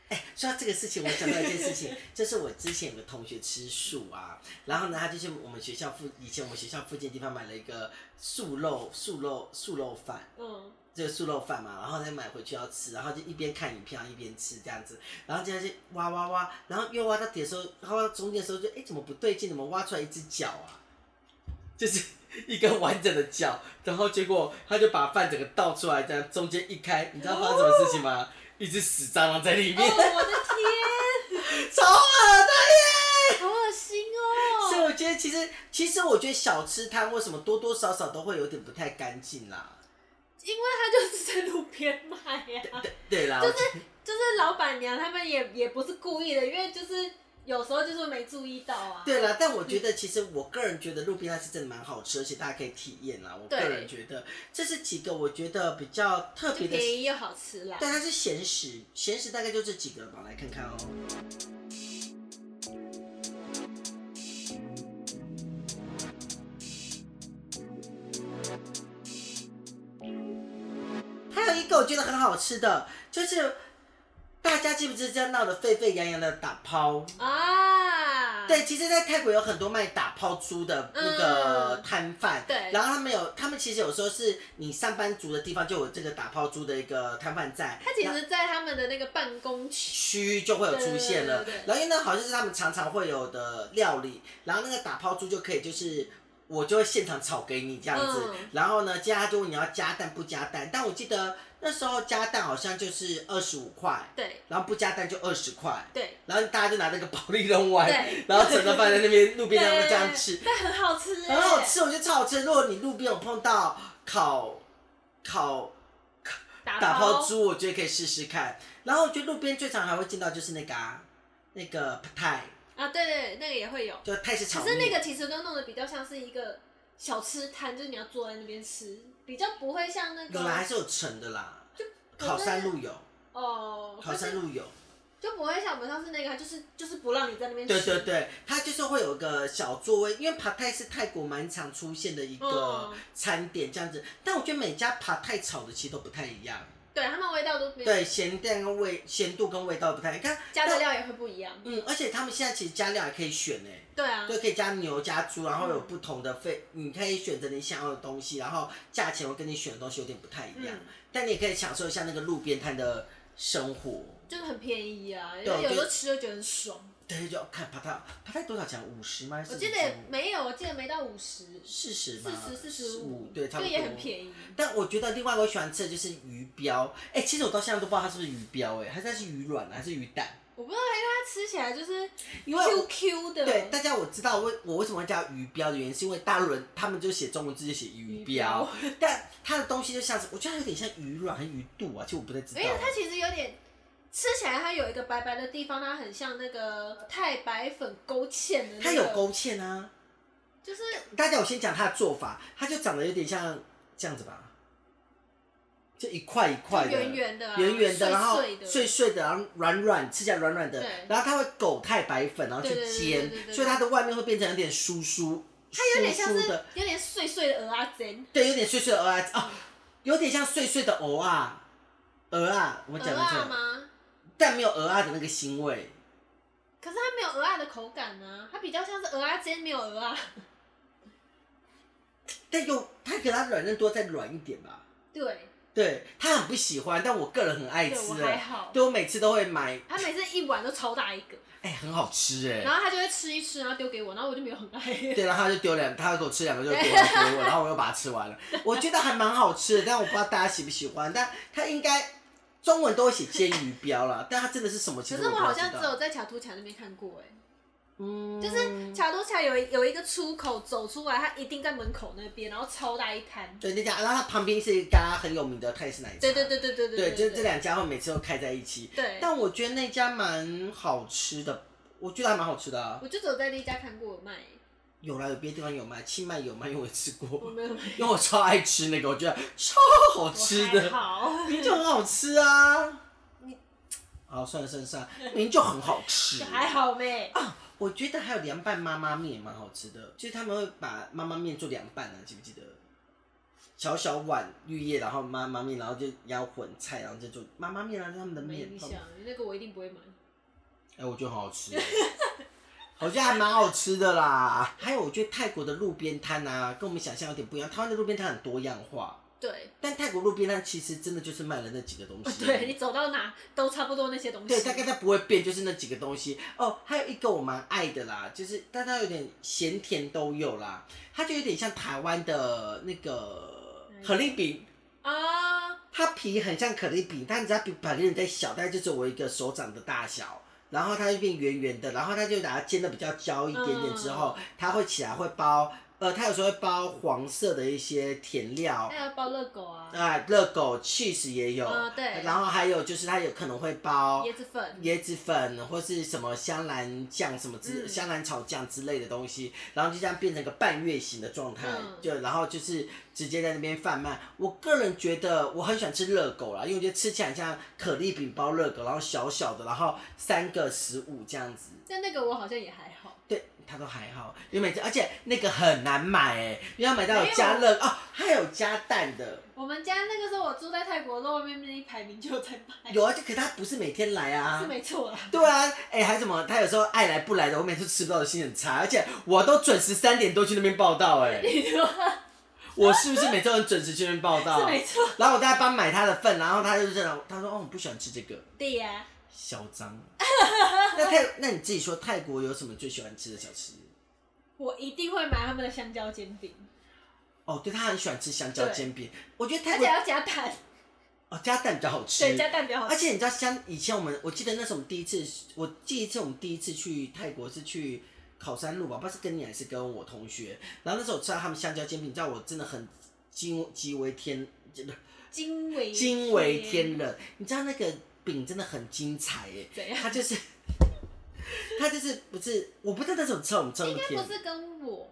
S1: 哎、说到这个事情，我想到一件事情，就是我之前有个同学吃素啊，然后呢，他就去我们学校附以前我们学校附近的地方买了一个素肉素肉素肉饭，
S2: 嗯，
S1: 这个素肉饭嘛，然后再买回去要吃，然后就一边看影片一边吃这样子，然后接着就挖挖挖，然后越挖到底的时候，挖到中间的时候就哎怎么不对劲，怎么挖出来一只脚啊？ 就是一根完整的脚，然后结果他就把饭整个倒出来，这样中间一开，你知道发生什么事情吗？一只死蟑螂在里
S2: 哦，
S1: 面，
S2: 我的天，
S1: 超恶的耶！
S2: 好恶心
S1: 所以
S2: 哦！
S1: 我觉得其实其实我觉得小吃摊为什么多多少少都会有点不太干净啦。
S2: 因为他就是在路边卖呀、
S1: 对啦，我觉得
S2: 就是老板娘他们也也不是故意的，因为就是有时候就是没注意到啊。
S1: 对啦，但我觉得其实我个人觉得路边摊是真的蛮好吃，而且大家可以体验啦。我个
S2: 对
S1: 人觉得这是几个我觉得比较特
S2: 就
S1: 别的，
S2: 便
S1: 对，
S2: 宜又好吃啦。
S1: 它是咸食，咸食大概就这几个吧，来看看哦。还有一个我觉得很好吃的，就是大家记不记得闹得沸沸扬扬的打抛？
S2: 啊，
S1: 对，其实，在泰国有很多卖打抛猪的那个
S2: 嗯
S1: 摊贩、
S2: 对
S1: 然后他们有，他们其实有时候是你上班族的地方就有这个打抛猪的一个摊贩在，
S2: 他其
S1: 然后
S2: 实，在他们的那个办公区，
S1: 区就会有出现了
S2: 对对对对。对
S1: 然后因为那好像是他们常常会有的料理，然后那个打抛猪就可以就是。我就会现场炒给你这样子，
S2: 嗯
S1: 然后呢，接下来就问你要加蛋不加蛋，但我记得那时候加蛋好像就是二十五块，
S2: 对
S1: 然后不加蛋就二十块，
S2: 对
S1: 然后大家就拿那个保 利龙丸
S2: 对，
S1: 然后整个放在那边路
S2: 对，
S1: 边上这样吃，
S2: 但很好吃，
S1: 很好。吃，我觉得超好吃。如果你路边有碰到烤烤
S2: 打
S1: 打
S2: 抛
S1: 抛，猪，我觉得可以试试看。然后我觉得路边最常还会见到就是那个、啊、那个 p 泰，
S2: 啊，对对，那个也会有，
S1: 就泰式炒
S2: 可
S1: 面。
S2: 是那个其实都弄得比较像是一个小吃摊，就是你要坐在那边吃，比较不会像那
S1: 有啦，还
S2: 个
S1: 是有成的啦。
S2: 我
S1: 烤山
S2: 真的
S1: 路有，
S2: 哦，
S1: 烤山
S2: 可是
S1: 路有，
S2: 就不会像我们上次那个，就是就是不让你在那边吃，
S1: 对对对，它就是会有个小座位，因为 p 泰是泰国蛮常出现的一个
S2: 嗯
S1: 餐点这样子。但我觉得每家 p 泰炒的其实都不太一样。
S2: 对，他们味道都不一样，
S1: 对，咸淡跟味咸度跟味道不太一样。你看
S2: 加的
S1: 那
S2: 料也会不一样，
S1: 嗯，而且他们现在其实加料还可以选呢，
S2: 对啊，
S1: 对，可以加牛加猪，然后有
S2: 嗯
S1: 不同的费，你可以选择你想要的东西，然后价钱会跟你选的东西有点不太一样，
S2: 嗯
S1: 但你也可以享受一下那个路边摊的生活。
S2: 就是很便宜啊，因
S1: 对
S2: 为有时
S1: 就
S2: 候吃就觉得很爽。
S1: 对，就看帕泰，帕泰多少钱？五十吗？还是
S2: 我记得
S1: 45
S2: 没有，我记得没到五十，
S1: 四十
S2: 四
S1: 吗？
S2: 十四十五
S1: 五，，对，差
S2: 就
S1: 不多。
S2: 也很便宜。
S1: 但我觉得另外一个我喜欢吃的就是鱼标，哎、其实我到现在都不知道它是不是鱼标、哎，还是它是鱼卵，还是鱼蛋？
S2: 我不知道，因为它吃起来就是
S1: 因为我
S2: Q Q 的，
S1: 对，大家我知道为我为什么会叫鱼标的原因，是因为大陆人他们就写中文字就写鱼标，但它的东西就像是，我觉得它有点像鱼卵和鱼肚啊，其实我不太知道
S2: 没。有，它其实有点吃起来它有一个白白的地方，它很像那个太白粉勾芡的、那个，
S1: 它有，勾芡啊，
S2: 就是
S1: 大家我先讲它的做法，它就长得有点像这样子吧，就一块一块的，
S2: 圆圆的啊、
S1: 圆圆的，然后
S2: 碎碎的，
S1: 碎碎的，然后软软，吃起来软软的
S2: 对，
S1: 然后它会狗太白粉，然后去
S2: 对对对对
S1: 煎
S2: 对，对
S1: 所以它的外面会变成有点酥酥，
S2: 它有点
S1: 酥
S2: 像
S1: 酥
S2: 是
S1: 的，
S2: 有点碎碎的鹅啊煎，
S1: 对，有点碎碎的鹅啊，哦，有点像碎碎的鹅啊，鹅啊，我讲
S2: 鹅
S1: 的
S2: 啊
S1: 错，
S2: 吗？
S1: 但没有鹅啊的那个腥味。
S2: 可是它没有鹅啊的口感啊，它比较像是鹅啊煎，没有鹅啊。
S1: 但又它给它软嫩多，再软一点吧。
S2: 对，
S1: 对，它很不喜欢，但我个人很爱
S2: 对我
S1: 吃
S2: 还
S1: 哎。
S2: 好，
S1: 对，我每次都会买，
S2: 它每次一碗都超大一个。
S1: 哎，很好吃哎。
S2: 然后他就会吃一吃，然后丢给我，然后我就没有很爱。
S1: 对，然后他就丢两，他给我吃两个就丢了给我，然后我又把它吃完了。我觉得还蛮好吃的，但我不知道大家喜不喜欢。但它应该中文都会写煎鱼标啦，但它真的是什么？其
S2: 可
S1: 实
S2: 是我
S1: 不太
S2: 好
S1: 知
S2: 像只
S1: 道
S2: 有在卡图卡那边看过，哎，
S1: 嗯，
S2: 就是卡图卡有一有一个出口走出来，它一定在门口那边，然后超大一摊。
S1: 对那家，然后它旁边是一家很有名的泰式奶茶。
S2: 对对对对对
S1: 对，就是
S2: 对
S1: 这两家会每次都开在一起。
S2: 对，
S1: 但我觉得那家蛮好吃的，我觉得还蛮好吃的、啊。
S2: 我就只有在那家看过有卖，
S1: 有啦，有别的地方有卖，清迈有卖，因为我也吃
S2: 我
S1: 过，
S2: 没有买。
S1: 因为我超爱吃那个，我觉得超好吃
S2: 我还
S1: 的，
S2: 好，
S1: 明明就很好吃啊
S2: 你。
S1: 好，算了算了算了，明明就很好吃
S2: 就。还好呗。
S1: 我觉得还有凉拌妈妈面蛮好吃的，就是他们会把妈妈面做凉拌啊，记不记得？小小碗绿叶，然后妈妈面，然后就要混菜，然后就做妈妈面啊，就是他们的
S2: 没
S1: 面
S2: 印。
S1: 泡
S2: 象
S1: 面，
S2: 那个我一定不会买。
S1: 哎、我觉得很好 吃，我觉得还蛮好吃的啦。还有，我觉得泰国的路边摊啊，跟我们想象有点不一样。台湾的路边摊很多样化，
S2: 对，
S1: 但泰国路边摊其实真的就是卖了那几个东西。
S2: 哦对你走到哪都差不多那些东西。
S1: 对，大概它不会变，就是那几个东西哦。还有一个我蛮爱的啦，就是但它有点咸甜都有啦，它就有点像台湾的那个
S2: 哪一个
S1: 可丽饼，
S2: 啊，
S1: 它皮很像可丽饼，但你知道比可丽饼再小，大概就只有我一个手掌的大小。然后它就变圆圆的，然后它就把它煎的比较焦一点点之
S2: 哦
S1: 后，它会起来会包，呃，它有时候会包黄色的一些甜料，
S2: 还有包热狗啊，
S1: 啊，热狗、cheese 也有，
S2: 嗯对
S1: 然后还有就是它有可能会包
S2: 椰子粉，
S1: 椰子粉或是什么香兰酱什么之、
S2: 嗯
S1: 香兰炒酱之类的东西，然后就这样变成一个半月形的状态，
S2: 嗯
S1: 就然后就是直接在那边贩卖。我个人觉得我很喜欢吃热狗啦，因为我觉得吃起来很像可丽饼包热狗，然后小小的，然后三个十五这样子。
S2: 但那个我好像也还好。
S1: 对，它都还好，因为每次而且那个很难买哎、因为要买到
S2: 没
S1: 有
S2: 有
S1: 加热哦，还有加蛋的。
S2: 我们家那个时候我住在泰国，肉外面那一排名就在卖，
S1: 有啊，就可它不是每天来啊，
S2: 是没错 啦。
S1: 对啊，哎、还什么？他有时候爱来不来的，我每次吃不到的心很差，而且我都准时三点多去那边报道、 哎，
S2: 你说
S1: 我是不是每次都很准时去那边报
S2: 是
S1: 道？
S2: 没错
S1: 然后我大概帮买他的份，然后他就这样，他说：“哦，我不喜欢吃这个，
S2: 对呀、
S1: 嚣 张。”那泰，那你自己说泰国有什么最喜欢吃的小吃？
S2: 我一定会买他们的香蕉煎饼，
S1: 哦，对他很喜欢吃香蕉
S2: 对
S1: 煎饼，我觉得泰
S2: 而
S1: 国
S2: 且要加蛋，
S1: 哦加蛋比较好吃，
S2: 对，加蛋比较好
S1: 而
S2: 吃。
S1: 且你知道，像以前我们，我记得那是我们第一次，我记一次我们第一次去泰国是去考山路吧，不知道是跟你还是跟我同学。然后那时候我吃到他们香蕉煎饼，你知道我真的很惊极为天
S2: 惊为
S1: 惊为天人。你知道那个饼真的很精彩耶，
S2: 怎样？
S1: 它就是它就是不是我不知道那时候吃我们吃那
S2: 应
S1: 么
S2: 该
S1: 甜
S2: 不，是跟我，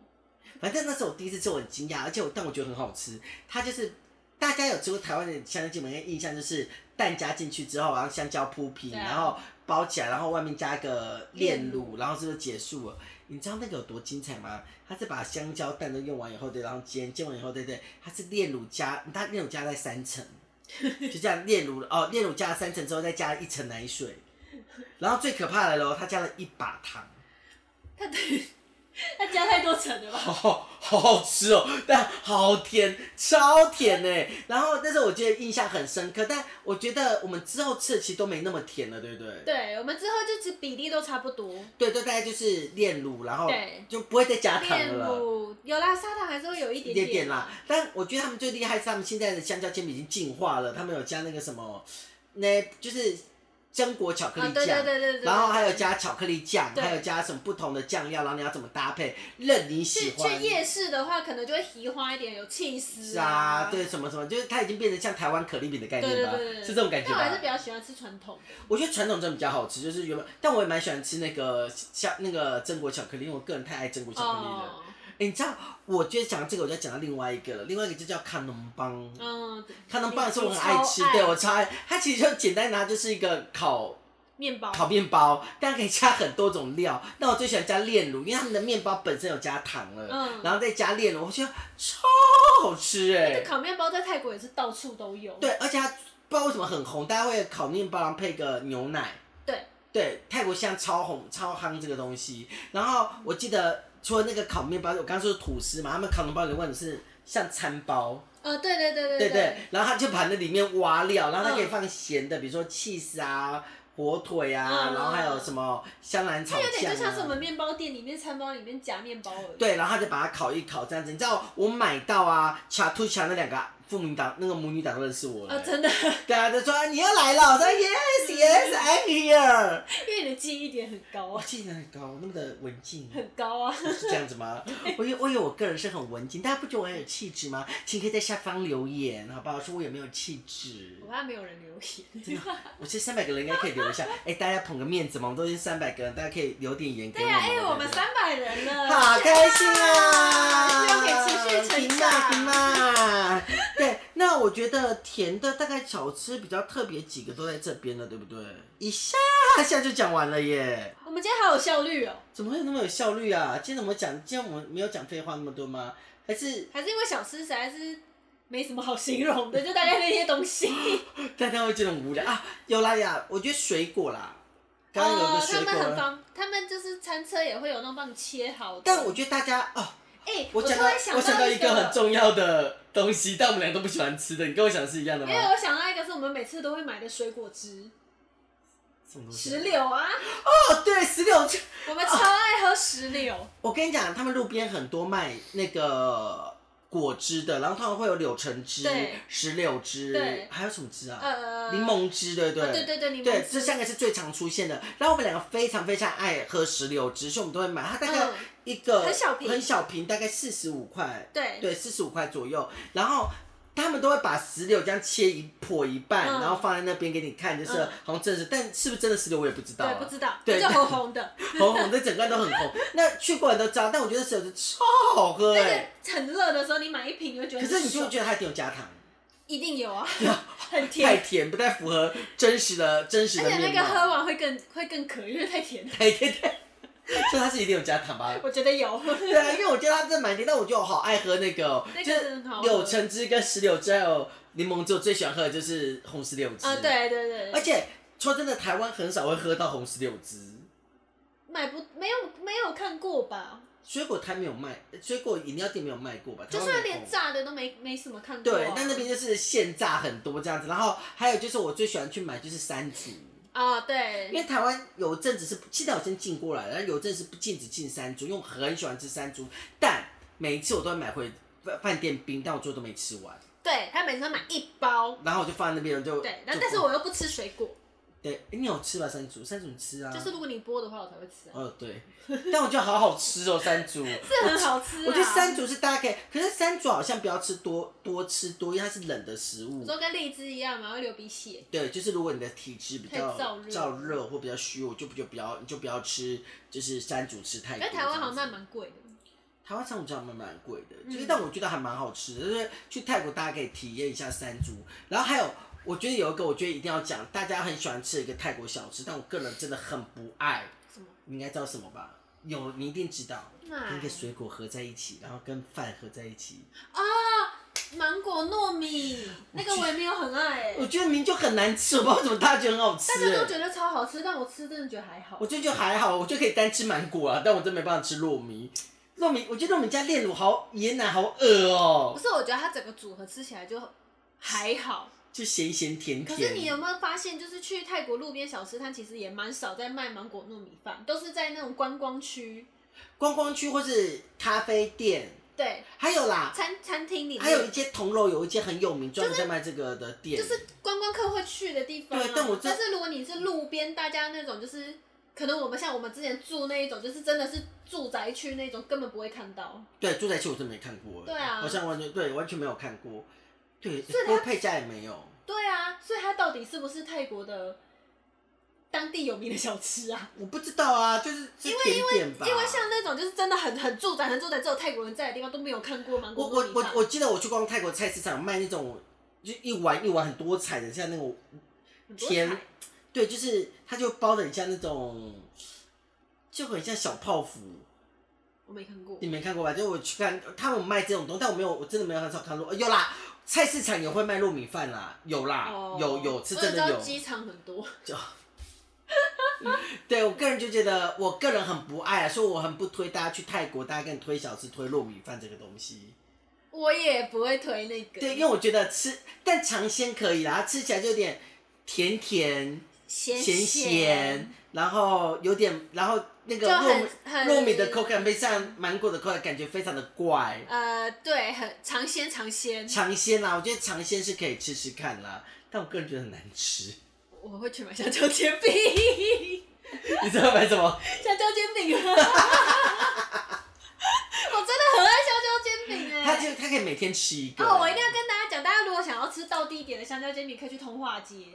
S1: 反正那时候我第一次吃，我很惊讶，而且我但我觉得很好吃。它就是大家有吃过台湾的香蕉煎饼，印象就是蛋加进去之后，然后香蕉铺平，
S2: 对啊
S1: 然后包起来，然后外面加一个炼
S2: 炼
S1: 乳，然后这就结束了。你知道那个有多精彩吗？它是把香蕉蛋都用完以后，对，然后煎，煎完以后，对对，它是炼乳加，它炼乳加在三层，就这样炼乳哦，炼乳加了三层之后，再加一层奶水，然后最可怕的喽，它加了一把糖。
S2: 他等于他加太多层了吧？
S1: 好好好好吃哦，但好甜，超甜呢。然后，但是我觉得印象很深刻，但我觉得我们之后吃的其实都没那么甜了，对不对？
S2: 对，我们之后就只比例都差不多。
S1: 对对，大概就是炼乳，然后
S2: 对
S1: 就不会再加糖
S2: 炼
S1: 啊了。
S2: 乳有啦，砂糖还是会有一
S1: 一
S2: 点
S1: 点点啦，但我觉得他们最厉害是他们现在的香蕉煎饼已经进化了，他们有加那个什么，那就是榛果巧克
S2: 啊，
S1: 力
S2: 对对
S1: 酱，
S2: 对对对，
S1: 然后还有加巧克力酱，
S2: 对
S1: 还有加什么不同的酱料，然后你要怎么搭配，任你喜
S2: 去
S1: 欢。
S2: 去夜市的话，可能就会提花一点，有气丝
S1: 是啊，。对什么什么，就是它已经变成像台湾可丽饼的概
S2: 对
S1: 念
S2: 对
S1: 吧，
S2: 对对，
S1: 是这种感觉
S2: 但我还
S1: 吧
S2: 是比？较喜欢吃传统的。
S1: 我觉得传统真的比较好吃，就是原本，但我也蛮喜欢吃那个像那个榛果巧克力，因为我个人太爱榛果巧克力了。
S2: 哦，
S1: 哎、你知道，我觉得讲到这个，我就要讲到另外一个了，另外一个就叫卡农邦。
S2: 嗯，
S1: 卡农邦是我很
S2: 你
S1: 爱
S2: 超
S1: 吃，
S2: 爱
S1: 对我超爱。它其实就简单拿，就是一个烤
S2: 面包，
S1: 烤面包，但可以加很多种料。那我最喜欢加炼乳，因为他们的面包本身有加糖了，
S2: 嗯
S1: 然后再加炼乳，我觉得超好吃哎、
S2: 这烤面包在泰国也是到处都有。
S1: 对，而且它不知道为什么很红，大家会烤面包，然后配个牛奶。
S2: 对
S1: 对，泰国现在超红超夯这个东西。然后我记得除了那个烤面包，我刚刚说是吐司嘛，他们烤面包里问你是像餐包，
S2: 呃，对对对
S1: 对
S2: 对
S1: 不对，然后他就把那里面挖料，然后它可以
S2: 嗯
S1: 放咸的，比如说 cheese 啊。火腿啊，
S2: 嗯
S1: 然后还有什么香兰炒
S2: 它
S1: 酱、啊，
S2: 有点就像是我们面包店里面餐包里面夹面包而已。
S1: 对，然后他就把它烤一烤这样子。你知道我买到啊，卡兔卡那两个父母党那个母女党都认识我了、
S2: 啊，真的，
S1: 对啊，就说啊你又来了，我 说 Yes Yes I'm here。
S2: 因为你的记忆点很高
S1: 我
S2: 啊，
S1: 记得很高，那么的文 静，
S2: 很高啊。
S1: 是这样子吗？我以我以为我个人是很文静，大家不觉得我很有气质吗？请可以在下方留言，好不好？说我有没有气 质
S2: 我？怕没有人留言。
S1: 我这三百个人应该可以留一 下。哎、大家捧个面子嘛，我们都是三百个人，大家可以留点言给
S2: 对
S1: 我
S2: 呀，
S1: 们。
S2: 哎，我 们
S1: 对不对
S2: 三百人了，
S1: 好开心
S2: 希望可以
S1: 啊！
S2: 持续成
S1: 行啦行
S2: 长。
S1: 啦，对，那我觉得甜的大概小吃比较特别，几个都在这边了，对不对？一下下就讲完了耶，
S2: 我们今天好有效率哦，
S1: 怎么会那么有效率啊？今天怎么讲？今天我们没有讲废话那么多吗？还是
S2: 还是因为小吃实在是没什么好形容 的，就大概那些东西。
S1: 大家会觉得很无聊啊？有啦呀，我觉得水果啦，刚刚有一个啊
S2: 哦，他
S1: 水
S2: 们很
S1: 果，
S2: 方，他们就是餐车也会有那种帮你切好的。
S1: 但我觉得大家哦，
S2: 哎、
S1: 我
S2: 突
S1: 讲到
S2: 然想
S1: 我想到
S2: 一
S1: 一个很重要的东西，但我们俩都不喜欢吃的，你跟我想的是一样的啊
S2: 因
S1: 吗？
S2: 为我想到一个是我们每次都会买的水果汁，
S1: 什么东西
S2: 石榴啊，
S1: 哦，对，石榴。
S2: 我们超爱喝石榴。
S1: 我跟你讲，他们路边很多卖那个果汁的，然后他们会有柳橙汁
S2: 对、
S1: 石榴汁
S2: 对，
S1: 还有什么汁啊？
S2: 呃，
S1: 柠、檬汁，对不对？
S2: 啊对对对，柠檬
S1: 对，
S2: 汁
S1: 这三个是最常出现的。然后我们两个非常非常爱喝石榴汁，所以我们都会买。它大概
S2: 嗯
S1: 一个、
S2: 很小瓶
S1: 很小瓶，大概四十五块，
S2: 对
S1: 对，四十五块左右。然后他们都会把石榴这样切一破一半，
S2: 嗯
S1: 然后放在那边给你看，就是
S2: 嗯
S1: 好像真的是，但是不是真的石榴我也不知道、啊，
S2: 对，不知道，
S1: 对
S2: 就 红红的，
S1: 红红的，整罐都很红。那去过的都知道，但我觉得石榴汁超好喝哎、
S2: 但是很热的时候你买一瓶，你会觉得
S1: 可
S2: 很
S1: 是你就
S2: 爽
S1: 会觉得它一定有加糖，
S2: 一定有啊，很
S1: 太
S2: 甜，
S1: 甜，不太符合真实的真实
S2: 而
S1: 的
S2: 且那
S1: 面
S2: 个
S1: 貌。
S2: 喝完会更会更渴，因为太甜了。
S1: 太甜太， 所以它是一定有加糖 吧？
S2: 我觉得有，
S1: 对啊，因为我觉得它真的蛮甜，但我觉得我好爱喝那个、哦，
S2: 那个
S1: 就
S2: 真的
S1: 是
S2: 很好喝
S1: 柳橙汁跟石榴汁还有柠檬汁，我最喜欢喝的就是红石榴汁。
S2: 啊，，对对对，
S1: 而
S2: 对
S1: 且说真的，台湾很少会喝到红石榴汁。
S2: 买不没有没有看过吧？
S1: 水果摊没有卖，水果饮料店没有卖过吧？
S2: 就
S1: 台湾
S2: 算
S1: 没有
S2: 连炸的都没没什么看过啊。
S1: 对，但那边就是现榨很多这样子，然后还有就是我最喜欢去买就是山竹，
S2: 啊，
S1: 因
S2: 对，
S1: 为台湾有一阵子是现在我先进过来了，但有一阵子是不禁止进山竹，因为我很喜欢吃山竹，但每一次我都会买回饭饭店冰，但我最后都没吃完，
S2: 对他每次都买一包，
S1: 然后我就放在那边，我就
S2: 对，
S1: 就
S2: 但但是我又不吃水果，
S1: 对、诶你有吃吧山竹，山竹你吃啊，
S2: 就是如果你剥的话，我才会 吃啊，
S1: 哦对，但我觉得好好吃哦山 竹，
S2: 这很好吃啊。
S1: 我觉得山竹是大家可以，可是山竹好像不要吃多多吃多，因为它是冷的食物
S2: 你，说跟荔枝一样嘛，会流鼻血。
S1: 对，就是如果你的体质比较
S2: 太燥热
S1: 燥热或比较虚，我就不就不要，你就不要吃，就是山竹吃太
S2: 因
S1: 多。
S2: 为台湾好像
S1: 这样
S2: 卖
S1: 子，
S2: 蛮贵的，
S1: 台湾山竹真的蛮蛮贵的，就是、
S2: 嗯
S1: 但我觉得还蛮好吃的，就是去泰国大家可以体验一下山竹，然后还有。我觉得有一个，我觉得一定要讲，大家很喜欢吃的一个泰国小吃，但我个人真的很不爱。
S2: 什么？
S1: 你应该知道什么吧？有，你一定知道，
S2: 那
S1: 跟一个水果合在一起，然后跟饭合在一起。
S2: 哎芒果糯米，那个我也没有很爱、
S1: 我
S2: 欸，
S1: 觉得明明就很难吃，我不知道为什么大家觉得很好吃、
S2: 大
S1: 欸。
S2: 家都觉得超好吃，但我吃真的觉得还好
S1: 我。这就还好，我就可以单吃芒果啊，但我真没办法吃糯米。糯米，我觉得糯米加炼乳好椰奶好恶哦、
S2: 不是，我觉得它整个组合吃起来就还好。
S1: 就咸咸甜
S2: 可
S1: 甜。
S2: 是你有没有发现，就是去泰国路边小吃摊，其实也蛮少在卖芒果糯米饭，都是在那种观光区，
S1: 观光区或是咖啡店，
S2: 对，
S1: 还有啦，
S2: 餐餐厅里面，
S1: 还有一间铜楼有一间很有名，专门在卖这个的店。
S2: 就是观光客会去的地方、啊。
S1: 对但我这
S2: 是如果你是路边，大家那种就是，可能我们像我们之前住那一种，就是真的是住宅区那种，根本不会看到。
S1: 对住宅区我真没看过、欸。
S2: 对啊
S1: 好像完全对完全没有看过。对，
S2: 所以它
S1: 因为配家也没有。
S2: 对啊，所以它到底是不是泰国的当地有名的小吃啊？
S1: 我不知道啊，就是是甜点吧。
S2: 因为像那种就是真的很很住宅、很住宅，只有泰国人在的地方都没有看过芒
S1: 我
S2: 果
S1: 我
S2: 糯米
S1: 我
S2: 饭。
S1: 我记得我去逛泰国菜市场卖那种就一碗一碗很多彩的，像那种
S2: 很多
S1: 甜
S2: 菜，
S1: 对，就是它就包的很像那种，就很像小泡芙。
S2: 我没看过
S1: 你。没看过吧？就我去看他们有卖这种东西，但我没有，我真的没有很少看过。呃有啦，菜市场也会卖糯米饭啦，有啦，
S2: 哦
S1: 有有是
S2: 我只
S1: 真
S2: 知
S1: 的
S2: 道
S1: 有。
S2: 机场很多，
S1: 对我个人就觉得，我个人很不爱啊，所以我很不推大家去泰国，大家更推小吃推糯米饭这个东西。
S2: 我也不会推那个。
S1: 对，因为我觉得吃，但尝鲜可以啦，吃起来就有点甜甜
S2: 咸
S1: 咸咸，然后有点，然后那个
S2: 就
S1: 糯
S2: 很
S1: 米
S2: 很
S1: 糯米的口感配上芒果的口感，感觉非常的怪。
S2: 呃，对，很尝鲜尝鲜，
S1: 尝鲜啊啦，我觉得尝鲜是可以吃吃看啦，但我个人觉得很难吃。
S2: 我会去买香蕉煎饼，
S1: 你知道买什么？
S2: 香蕉煎 饼啊！我真的很爱香蕉煎饼哎、
S1: 它就它可以每天吃一个。
S2: 哦，我一定要跟大家讲，大家如果想要吃到地点的香蕉煎饼，可以去通化街。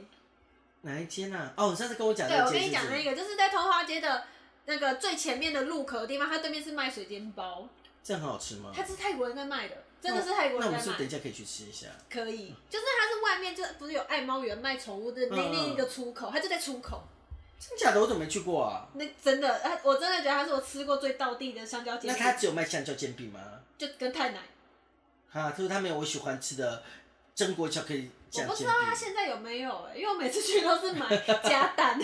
S1: 哪一间啊？哦，你上次跟我讲
S2: 对，
S1: 那
S2: 我
S1: 间
S2: 跟
S1: 是不
S2: 你讲
S1: 是
S2: 那个，就是在通化街的那个最前面的路口的地方，它对面是卖水煎包，
S1: 这样很好吃吗？哦
S2: 它是泰国人在卖的，真的是泰国
S1: 嗯那我
S2: 人
S1: 们是
S2: 在
S1: 不是等。
S2: 卖
S1: 一下可以去吃一下？
S2: 可以，就是它是外面就是不是有爱猫园卖宠物的那
S1: 嗯
S2: 另一个出口，它就在出口。
S1: 真假的，我怎么没去过啊？
S2: 那真的，它我真的觉得它是我吃过最道地的香蕉煎
S1: 那
S2: 饼，
S1: 他只有卖香蕉煎饼吗？
S2: 就跟太奶。
S1: 啊，他说他没有我喜欢吃的榛果巧克力
S2: 我
S1: 酱
S2: 不知
S1: 煎
S2: 道它
S1: 饼，
S2: 现在有没有、欸，因为我每次去都是买加 蛋，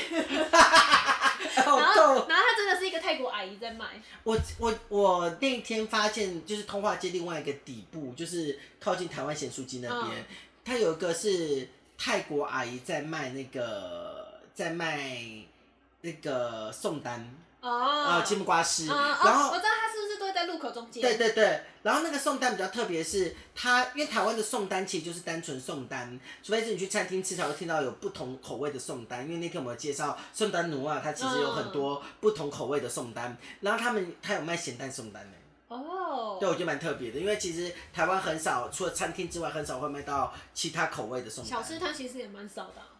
S1: 好
S2: 然
S1: 逗
S2: 后
S1: 哦。
S2: 然后它真的是一个泰国阿姨在卖，
S1: 我我我那天发现，就是通化街另外一个底部，就是靠近台湾咸酥鸡那边，它有一个是泰国阿姨在卖那个在卖那个送丹
S2: 哦，
S1: 啊、
S2: 啊
S1: 青木瓜丝，
S2: 哦
S1: 然后
S2: 我知道它是不是都会在路口中间，
S1: 对对对，然后那个送单比较特别是，它因为台湾的送单其实就是单纯送单，除非是你去餐厅吃才会听到有不同口味的送单。因为那天我们有介绍宋丹奴啊，它其实有很多不同口味的送单，然后他们它有卖咸蛋送单的、
S2: 哦，
S1: 对，我觉得蛮特别的，因为其实台湾很少，除了餐厅之外，很少会卖到其他口味的送单。
S2: 小吃摊其实也蛮少的啊、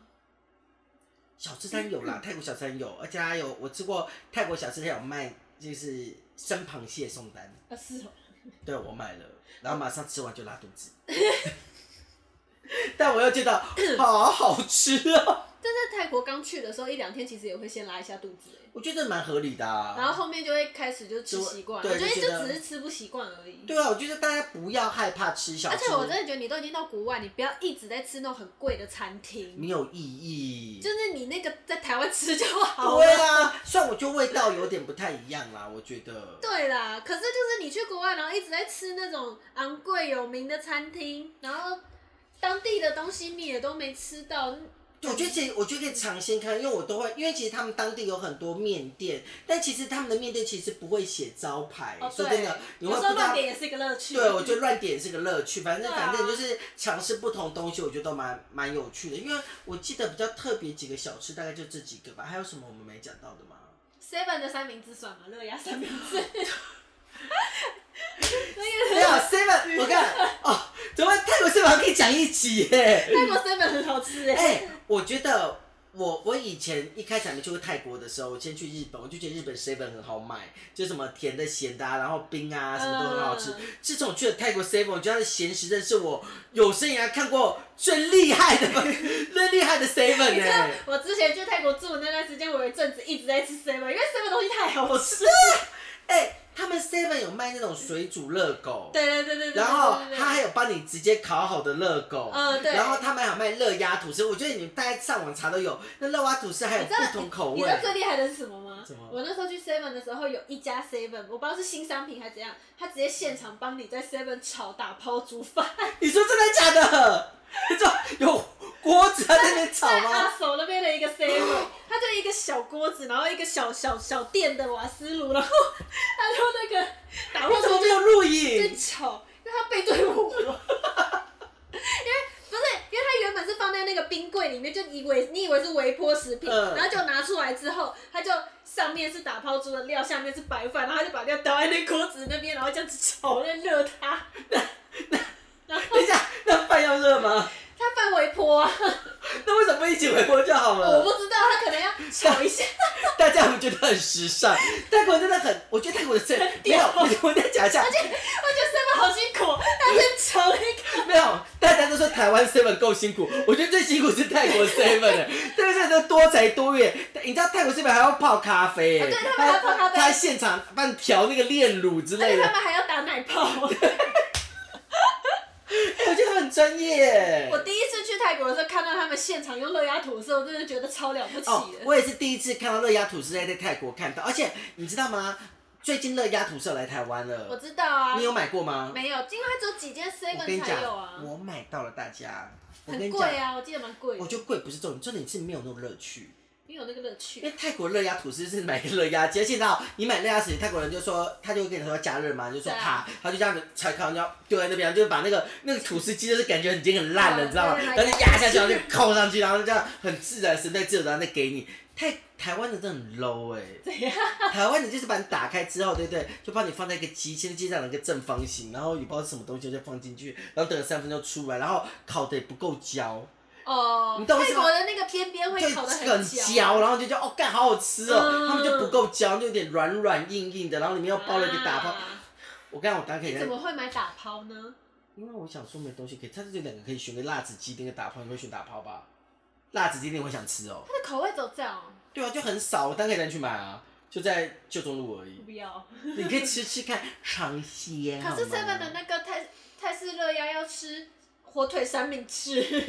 S1: 小吃摊有啦，泰国小吃摊有，而且还有我吃过泰国小吃摊有卖就是生螃蟹送单。
S2: 啊是哦，
S1: 对，我买了，然后马上吃完就拉肚 子。但我又觉得好好吃哦，
S2: 但在泰国刚去的时候一两天其实也会先拉一下肚子、欸，
S1: 我觉得蛮合理的、啊。
S2: 然后后面就会开始就吃
S1: 就
S2: 习惯，
S1: 对
S2: 我觉得
S1: 就觉
S2: 就
S1: 得
S2: 只是吃不习惯而已。
S1: 对啊，我觉得大家不要害怕吃小吃，
S2: 而且我真的觉得你都已经到国外，你不要一直在吃那种很贵的餐厅，
S1: 没有意义。
S2: 就是你那个在台湾吃就好
S1: 对
S2: 了。
S1: 啊，虽然我觉得味道有点不太一样啦，我觉得。
S2: 对啦，可是就是你去国外，然后一直在吃那种昂贵有名的餐厅，然后当地的东西你也都没吃到，
S1: 对，我觉得其实我觉得可以尝鲜看，因为我都会，因为其实他们当地有很多面店，但其实他们的面店其实不会写招牌，
S2: 哦
S1: 说真
S2: 对
S1: 的，，你
S2: 有
S1: 会
S2: 时
S1: 不
S2: 候
S1: 知
S2: 乱
S1: 道
S2: 点也是一个乐趣。
S1: 对，我觉得乱点也是个乐趣，反正、
S2: 对啊
S1: 反正就是尝试不同东西，我觉得都蛮蛮有趣的。因为我记得比较特别几个小吃，大概就这几个吧。还有什么我们没讲到的 吗？
S2: Seven 的三明治算吗？乐雅三 明治，
S1: 没有 seven，我看哦，怎么泰国 seven 还可以讲一集耶？
S2: 泰国 Seven 很好吃哎、
S1: 哎、我觉得我我以前一开始还没去过泰国的时候，我先去日本，我就觉得日本 seven 很好买，就什么甜的、咸的啊，然后冰啊，什么都很好吃。
S2: 嗯
S1: 自从我去了泰国 seven，我觉得它的咸食真是我有生以来看过最厉害 的、最厉害的 seven 欸
S2: 你
S1: 呢、
S2: 知道我之前去泰国住的那段时间，我有一阵子一直在吃 Seven，因为 Seven 东西太好吃。
S1: 哎、他们 seven 有卖那种水煮热狗，
S2: 对对对对对对对对。
S1: 然后
S2: 对
S1: 他还有帮你直接烤好的热狗，
S2: 嗯对
S1: 然后他们还有卖热压吐司，我觉得你们大家上网查都有，那热压吐司还有
S2: 你知道
S1: 不同口
S2: 你
S1: 味
S2: 知。道最厉害的是什么吗？
S1: 什么
S2: 我那时候去 Seven 的时候，有一家 Seven，我不知道是新商品还是怎样，他直接现场帮你在 Seven 炒打抛煮 饭，
S1: 你说真的假的？你说有锅子在那边炒
S2: 在阿
S1: 吗？
S2: 手那边的一个 Seven，他就一个小锅子，然后一个小小小电的瓦斯炉，然后他就那个打
S1: 为
S2: 破
S1: 什么
S2: 头
S1: 没有录
S2: 在
S1: 影？
S2: 炒，因为他背对我。因为不是，因为他原本是放在那个冰柜里面，就以为你以为是微波食品，
S1: 嗯
S2: 然后就拿出来之后，他就上面是打抛猪的料，下面是白饭，然后他就把料倒在那锅子那边，然后这样子炒，在热它。然后
S1: 等一下，那饭要热吗？
S2: 他放微波、啊，
S1: 那为什么不一起回锅就好
S2: 我
S1: 了？
S2: 不知道他可能要炒一下。
S1: 大家有没有觉得很时尚？泰国人真的很，我觉得泰国的这没有，我再讲一下，
S2: 我觉得他们好辛苦，他在炒那个。
S1: 没有，大家都说台湾 seven 够辛苦，我觉得最辛苦是泰 国 seven 的，对不对？多才多艺，你知道泰国 seven 还要泡咖啡、
S2: 哦对他们还要泡咖啡
S1: 他还现场帮你调那个炼乳之
S2: 而
S1: 类
S2: 且
S1: 的，
S2: 他们还要打奶 泡。
S1: 哎、我觉得他们很专业耶
S2: 我。第一次去泰国的时候，看到他们现场用热压吐司，我真的觉得超了不起
S1: 哦
S2: 的。，
S1: 我也是第一次看到热压吐司在在泰国看到，而且你知道吗？最近热压吐司有来台湾
S2: 我
S1: 了，
S2: 知道啊，
S1: 你有买过吗？
S2: 没有，因为它只有几间
S1: 我跟你
S2: seven
S1: 讲
S2: 才有啊，，
S1: 我买到了，大家。我跟
S2: 很
S1: 你讲，
S2: 贵啊，我记得蛮贵的
S1: 我，觉得贵不是重点，重点是没有那种乐趣。
S2: 因为有那个乐
S1: 因
S2: 趣。
S1: 为泰国热压吐司是买个热压机，而且到你买热压时，泰国人就说，他就会跟你说加热嘛，就说
S2: 对啊
S1: 怕，他就这样子拆开，然后丢在那边，就把那个那个吐司机就是感觉已经很烂了，
S2: 哦
S1: 你知道吗？
S2: 对
S1: 然后就压下去，然后就扣上去，然后就这样很自然、神态自由地然后再给你。泰台湾的真的很 low 哎、
S2: 对呀，
S1: 台湾的就是把你打开之后，对不对？就把你放在一个机器，机上有一个正方形，然后也不知道是什么东西就放进去，然后等了三分钟出来，然后烤的也不够焦。
S2: 哦，
S1: 你懂我意
S2: 泰
S1: 思吗
S2: 国的那个边边会
S1: 就
S2: 烤的
S1: 很
S2: 焦，
S1: 焦，然后就觉得哦，干好好吃哦，
S2: 嗯
S1: 他们就不够焦，就有点软软硬硬的，然后里面又包了一个打包。
S2: 啊
S1: 我刚刚我当可以
S2: 你怎
S1: 在，
S2: 么会买打抛呢？
S1: 因为我想说没东西可以，它这两个可以选个辣子鸡丁跟打泡，你会选打泡吧？辣子鸡丁我想吃哦、
S2: 它的口味走这样哦，
S1: 对啊，就很少，我当可以再去买啊，就在旧中路而
S2: 我
S1: 已。
S2: 不要。
S1: 你可以吃吃看，尝鲜。
S2: 可是
S1: 好吗
S2: seven 的那个泰泰式热鸭要吃火腿三明治，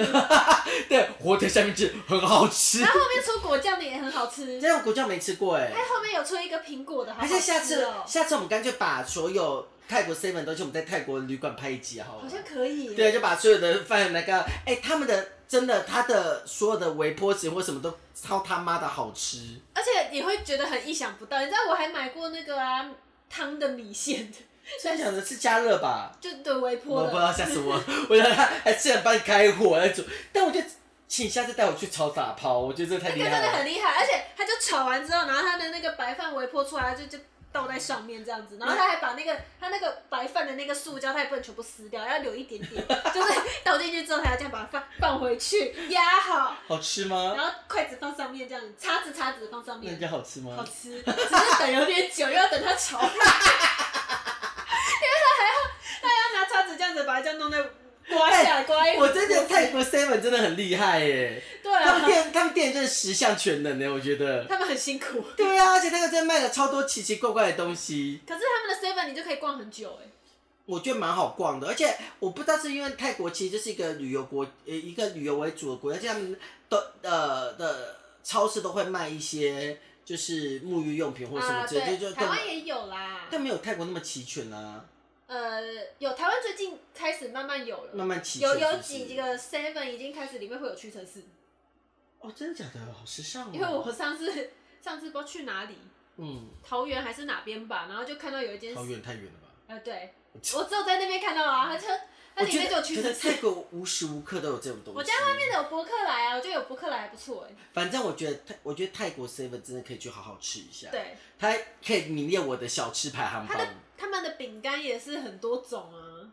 S1: 对火腿三明治很好吃
S2: 然，后后面出果酱的也很好吃，
S1: 这种果酱没吃过哎、
S2: 啊哎，后面有出一个苹果的，好
S1: 还
S2: 好
S1: 是下
S2: 吃
S1: 次
S2: 哦，
S1: 下次我们干脆把所有泰国 seven 东西，我们在泰国旅馆拍一集好了。
S2: 好像可以。
S1: 对，，就把所有的饭那个，哎、他们的真的，他的所有的微波食或什么都超他妈的好吃。
S2: 而且你会觉得很意想不到，你知道我还买过那个啊汤的米线的，
S1: 现在想的是加热吧？
S2: 就对微波
S1: 我
S2: 的。
S1: 不知道吓死我， 我想哎他还竟然帮你开火来煮，但我觉得，请下次带我去炒打抛，我觉得这太
S2: 那
S1: 厉
S2: 个真的
S1: 害了。
S2: 很厉害，而且它就炒完之后，然后它的那个白饭微波出来，就就倒在上面这样子，然后它还把那个它那个白饭的那个塑胶，它也不能全部撕掉，要留一点点，就是倒进去之后，还要这样把饭放回去压好，
S1: 好吃吗
S2: 然？后筷子放上面这样子，叉子叉子放上
S1: 那你
S2: 面
S1: 觉，得好吃吗？
S2: 好吃，只是等有点久，又要等它炒 好，因为它还要它还要拿叉子这样子把它这样弄在刮下来刮一
S1: 我真的泰国 seven 真的很厉害耶，
S2: 对
S1: 他们
S2: 啊，
S1: 店他们店真的十项全能呢，我觉得。
S2: 他们很辛苦，
S1: 对啊，而且那个真的卖了超多奇奇怪怪的东西，
S2: 可是他们的 seven 你就可以逛很久哎、
S1: 我觉得蛮好逛的。而且我不知道是因为泰国其实就是一个旅游国，呃，一个旅游为主的国家，而且他们的呃的超市都会卖一些就是沐浴用品或什么
S2: 啊，
S1: 之类的，
S2: 对，
S1: 就就
S2: 台
S1: 但
S2: 湾也有啦。
S1: 但没有泰国那么齐全啊，
S2: 呃，有台湾最近开始慢慢有了，
S1: 慢慢齐全
S2: 有
S1: 是不是。
S2: 有几个 Seven 已经开始里面会有屈臣氏，
S1: 哦，真的假的？好时尚哦。
S2: 因为我上次上次不知道去哪里，
S1: 嗯，
S2: 桃园还是哪边吧，然后就看到有一间，
S1: 好远太远了吧？
S2: 呃，对，我只有在那边看到啊，它就
S1: 嗯我
S2: 它里
S1: 觉
S2: 面就有
S1: 得
S2: 屈
S1: 觉得
S2: 臣氏
S1: 泰。国无时无刻都有这种东西。
S2: 我家外面的有博客来啊，我觉得有博客来还不错哎、
S1: 反正我觉得泰，我觉得泰国 seven 真的可以去好好吃一下。，
S2: 对，
S1: 它可以名列我的小吃排行
S2: 它的
S1: 榜。
S2: 他们的饼干也是很多种啊，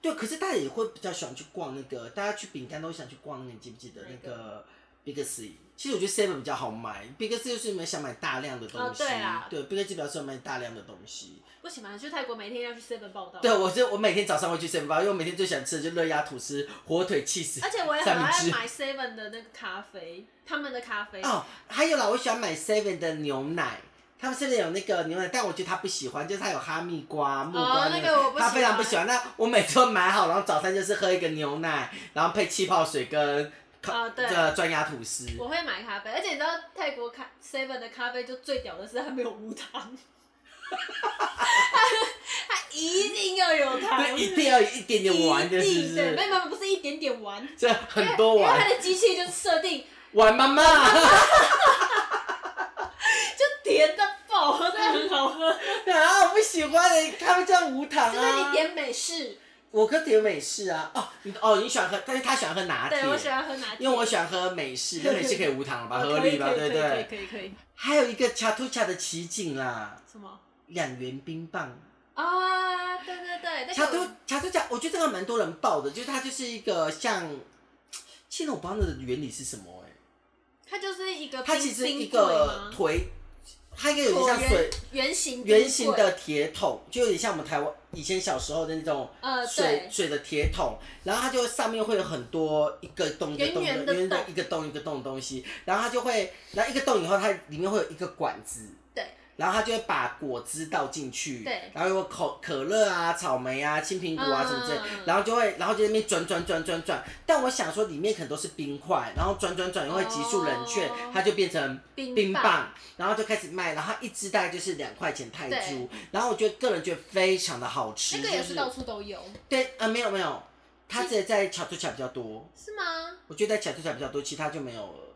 S1: 对，可是大家也会比较喜欢去逛那个，大家去饼干都想去逛那个，你记不记得
S2: 哪一
S1: 那
S2: 个
S1: 个 Big C？其实我觉得 seven 比较好买，Big C 就是你们想买大量的东西。
S2: 哦对啦
S1: 对，Big C 比较适合买大量的东西。
S2: 不行嘛，去泰国每天要去 Seven 报道。
S1: 对，啊我就我每天早上会去 seven，因为我每天最喜欢吃的就热鸭吐司、火腿 cheese，
S2: 而且我也很
S1: 三明
S2: 爱
S1: 治。
S2: 买 Seven 的那个咖啡，他们的咖啡。
S1: 哦，还有啦，我喜欢买 Seven 的牛奶，他们 Seven 有那个牛奶，但我觉得他不喜欢，就是他有哈密瓜、木瓜、
S2: 哦那个我不喜欢
S1: 他非常不喜欢。那我每次都买好，然后早餐就是喝一个牛奶，然后配气泡水跟烤
S2: 哦对
S1: 这砖鸭吐司。
S2: 我会买咖啡，而且你知道泰国咖 Seven 的咖啡就最屌的是它没有无糖，它它一定要有糖，
S1: 对，一定要有一点点玩的，是
S2: 一
S1: 不
S2: 定对，没
S1: 是？
S2: 有没有不是一点点玩，
S1: 这很多
S2: 因为它
S1: 玩，
S2: 的机器就是设定
S1: 玩妈 妈，
S2: 就甜到爆，真的很好喝。
S1: 啊，我不喜欢的，他们这样无糖
S2: 就是你
S1: 啊。
S2: 点美式，
S1: 我可点美式啊，哦，你哦，你喜欢喝，但是他喜欢喝拿铁
S2: 对，我喜欢喝拿铁，
S1: 因为我喜欢喝美式，那美式可以无糖了 吧，
S2: 哦
S1: 合
S2: 可以
S1: 理吧，
S2: 可以
S1: 对不
S2: 可
S1: 对？
S2: 以可以可以可以，
S1: 还有一个恰图恰的奇景啦，
S2: 什么
S1: 两元冰棒。
S2: 啊？对对对，那
S1: 恰
S2: 个
S1: 图恰图恰，我觉得这个蛮多人报的，就是它就是一个像，其实我不知道那个原理是什么哎、
S2: 它就是一个
S1: 它
S2: 冰
S1: 其实一
S2: 冰
S1: 个
S2: 柜吗
S1: 腿，它应该有点像
S2: 椭圆
S1: 水
S2: 圆形冰
S1: 圆形
S2: 柜，
S1: 的铁桶，就有点像我们台湾以前小时候的那种
S2: 呃
S1: 水、
S2: 对，
S1: 水的铁桶，然后它就上面会有很多一个洞一个洞
S2: 圆
S1: 的
S2: 圆的
S1: 圆的
S2: 洞
S1: 一个洞一个洞的东西，然后它就会，然后一个洞以后它里面会有一个管子，
S2: 对，
S1: 然后它就会把果汁倒进去，
S2: 对
S1: 然后有可可乐啊、草莓啊、青苹果啊什么之类
S2: 嗯嗯嗯，
S1: 然后就会，然后就在那边转转转转转，但我想说里面可能都是冰块，然后转转转又会急速冷却
S2: 哦，
S1: 它就变成
S2: 冰
S1: 冰
S2: 棒
S1: 棒，然后就开始卖，然后一支大概就是两块钱泰铢，然后我觉得个人觉得非常的好吃，
S2: 那个也
S1: 就是
S2: 到处都有，
S1: 对，呃，没有没有，他只在巧兔巧比较多，
S2: 是吗？
S1: 我觉得在巧兔巧比较多，其他就没有了。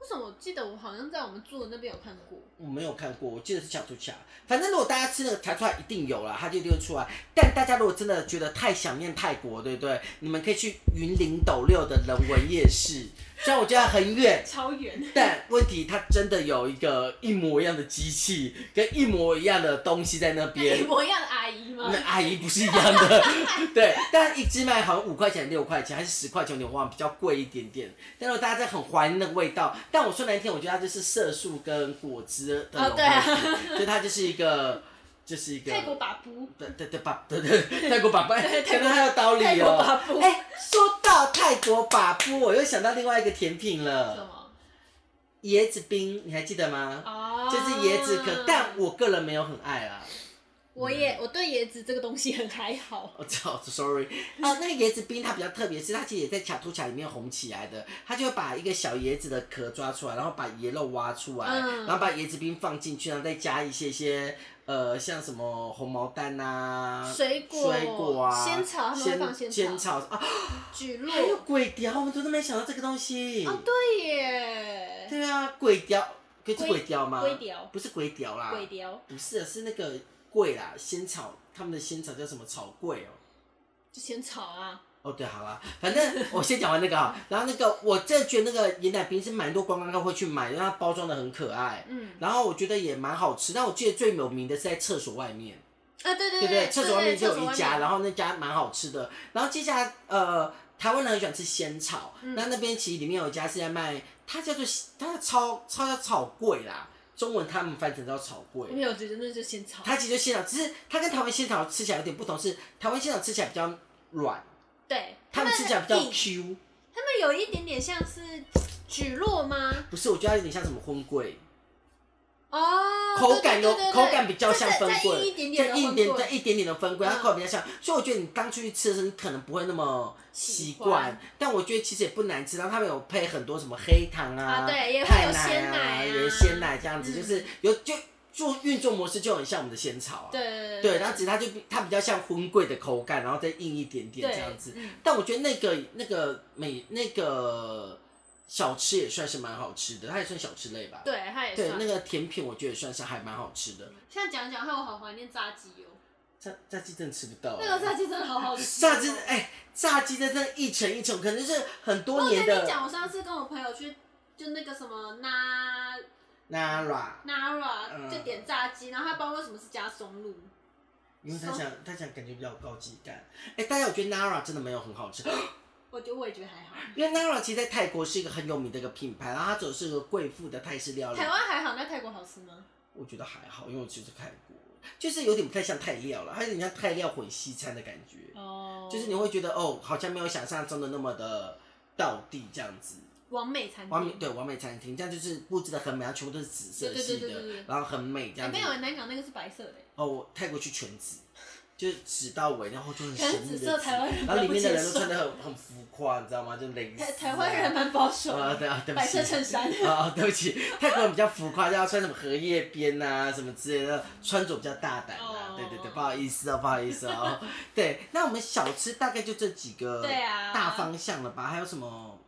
S2: 为什么我记得我好像在我们住的那边有看过？
S1: 我没有看过，我记得是巧兔巧。反正如果大家吃那个巧兔巧一定有啦，它就一定会出来。但大家如果真的觉得太想念泰国，对不对？你们可以去云林斗六的人文夜市，虽然我觉得很远，
S2: 超远，
S1: 但问题它真的有一个一模一样的机器跟一模一样的东西在那边
S2: 一。模一样的阿姨吗
S1: 那？阿姨不是一样的， 对，但一支卖好像五块钱、六块钱还是十块钱，有点忘了，比较贵一点点。但是大家在很怀念那个味道。但我说难听，我觉得它就是色素跟果汁的
S2: 哦
S1: 融合体，
S2: 对啊
S1: 所以它就是一个就是一个
S2: 泰国把布，
S1: 对对对把对 对泰国把布，哎
S2: 对泰
S1: 讲
S2: 国
S1: 的很有道理
S2: 泰国把
S1: 哦。
S2: 布，
S1: 哎，说到泰国把布，我又想到另外一个甜品
S2: 什
S1: 了，
S2: 么？
S1: 椰子冰，你还记得吗？
S2: 哦，
S1: 就是椰子壳，但我个人没有很爱啊啦。
S2: 我
S1: 嗯
S2: 也我对椰子这个东西很还 好，
S1: 我操，sorry 啊，那个椰子冰它比较特别，是它其实也在卡图卡里面红起来的，它就会把一个小椰子的壳抓出来，然后把椰肉挖出来，
S2: 嗯
S1: 然后把椰子冰放进去，然后再加一些些呃，像什么红毛丹啊。
S2: 水果、
S1: 水果啊，
S2: 仙草他们会放
S1: 仙
S2: 仙草、
S1: 草啊，
S2: 菊
S1: 还有
S2: 络。
S1: 鬼雕，我们真的没想到这个东西。
S2: 哦，对耶，
S1: 对啊，鬼雕，可以是
S2: 龟
S1: 鬼雕吗？
S2: 龟雕
S1: 不是鬼雕啦，
S2: 鬼雕
S1: 不是啊，是那个桂啦，仙草，他们的仙草叫什么草桂哦、
S2: 就仙草啊，
S1: 哦，对，好啦，反正我先讲完那个啊，然后那个我真的觉得那个椰奶冰是蛮多观光客会去买，因为它包装的很可爱，
S2: 嗯，
S1: 然后我觉得也蛮好吃。但我记得最有名的是在厕所外面，
S2: 啊对对
S1: 对不嗯对？厕所外面就有一家，然
S2: 后
S1: 后那家蛮好吃的。然后接下来呃，台湾人很喜欢吃仙草，
S2: 嗯
S1: 那那边其实里面有一家是在卖，它叫做它叫超超叫草柜啦，中文他们翻成叫草柜。
S2: 没有觉得那就仙草，
S1: 它其实就仙草，只是它跟台湾仙草吃起来有点不同，是台湾仙草吃起来比较软，
S2: 对，
S1: 他们吃起来比较
S2: 很硬
S1: Q。
S2: 他们有一点点像是菊络吗？
S1: 不是，我觉得它有点像什么荤桂，
S2: 哦，
S1: 口感有
S2: 对对对对
S1: 口感比较像分
S2: 再再硬
S1: 桂
S2: 一，点点
S1: 再
S2: 的
S1: 硬一
S2: 分
S1: 点
S2: 桂
S1: 再，一点点的分桂，它
S2: 嗯
S1: 口感比较像，所以我觉得你当初去吃的时候，你可能不会那么习
S2: 喜
S1: 惯
S2: 欢，
S1: 但我觉得其实也不难吃，然后他们有配很多什么黑糖啊
S2: 啊，对也会
S1: 太
S2: 有
S1: 奶
S2: 鲜
S1: 啊，
S2: 奶啊
S1: 有鲜奶这样子，
S2: 嗯
S1: 就是有就做运作模式就很像我们的仙草啊，
S2: 对
S1: 对，然后只是它就比它比较像荤桂的口感，然后再硬一点点
S2: 对
S1: 这样子，
S2: 嗯
S1: 但我觉得那个那个美那个小吃也算是蛮好吃的，它也算小吃类吧，
S2: 对，它也
S1: 对，
S2: 算
S1: 那。个甜品我觉得算是还蛮好吃的，
S2: 现在讲一讲，害我好怀念炸鸡哦，
S1: 炸炸鸡真的吃不到、欸
S2: 那个炸鸡真的好好吃哦。
S1: 哦炸鸡哎、炸鸡真的一层一层，可能就是很多
S2: 我
S1: 年
S2: 跟哦你
S1: 的
S2: 讲，我上次跟我朋友去，就那个什么 Na
S1: Nara，嗯
S2: Nara 就点炸鸡，然后他不知道为什么是加松露，
S1: 因为他想他想感觉比较有高级感。哎、大家我觉得 Nara 真的没有很好吃，
S2: 我觉得我也觉得还好，
S1: 因为 Nara 其实在泰国是一个很有名的一个品牌，然后它走的是一个贵妇的泰式料理
S2: 台，湾还好，那泰国好吃吗？
S1: 我觉得还好，因为我吃过泰国，就是有点不太像泰料了，它有点像泰料混西餐的感觉。
S2: 哦
S1: 嗯就是你会觉得哦，好像没有想象中的那么的到地这样子。
S2: 完美餐
S1: 完美
S2: 厅，
S1: 对完美餐厅，这样就是布置的很美，它全部都是紫色系
S2: 对对对对
S1: 的
S2: 对，
S1: 然后很美这
S2: 哎
S1: 样子
S2: 没。有南港那个是白色的，
S1: 哦，我泰国去全紫，就是紫到尾，然后就很
S2: 可
S1: 神
S2: 能
S1: 秘
S2: 紫
S1: 的
S2: 色
S1: 紫，
S2: 台湾人
S1: 然后里
S2: 不
S1: 面的
S2: 接
S1: 人都
S2: 受
S1: 穿，的很很浮夸，你知道吗？就蕾丝、啊。
S2: 台台湾人蛮保守
S1: 啊，
S2: 的，
S1: 对啊，对不
S2: 白
S1: 起。
S2: 色衬衫，
S1: 啊、对不起，泰国人比较浮夸，就要穿什么荷叶边啊，什么之类的，穿着比较大胆啊。
S2: 哦
S1: 对对对，不好意思哦，不好意思 哦。对，那我们小吃大概就这几个
S2: 对啊
S1: 大方向了吧？还有什么？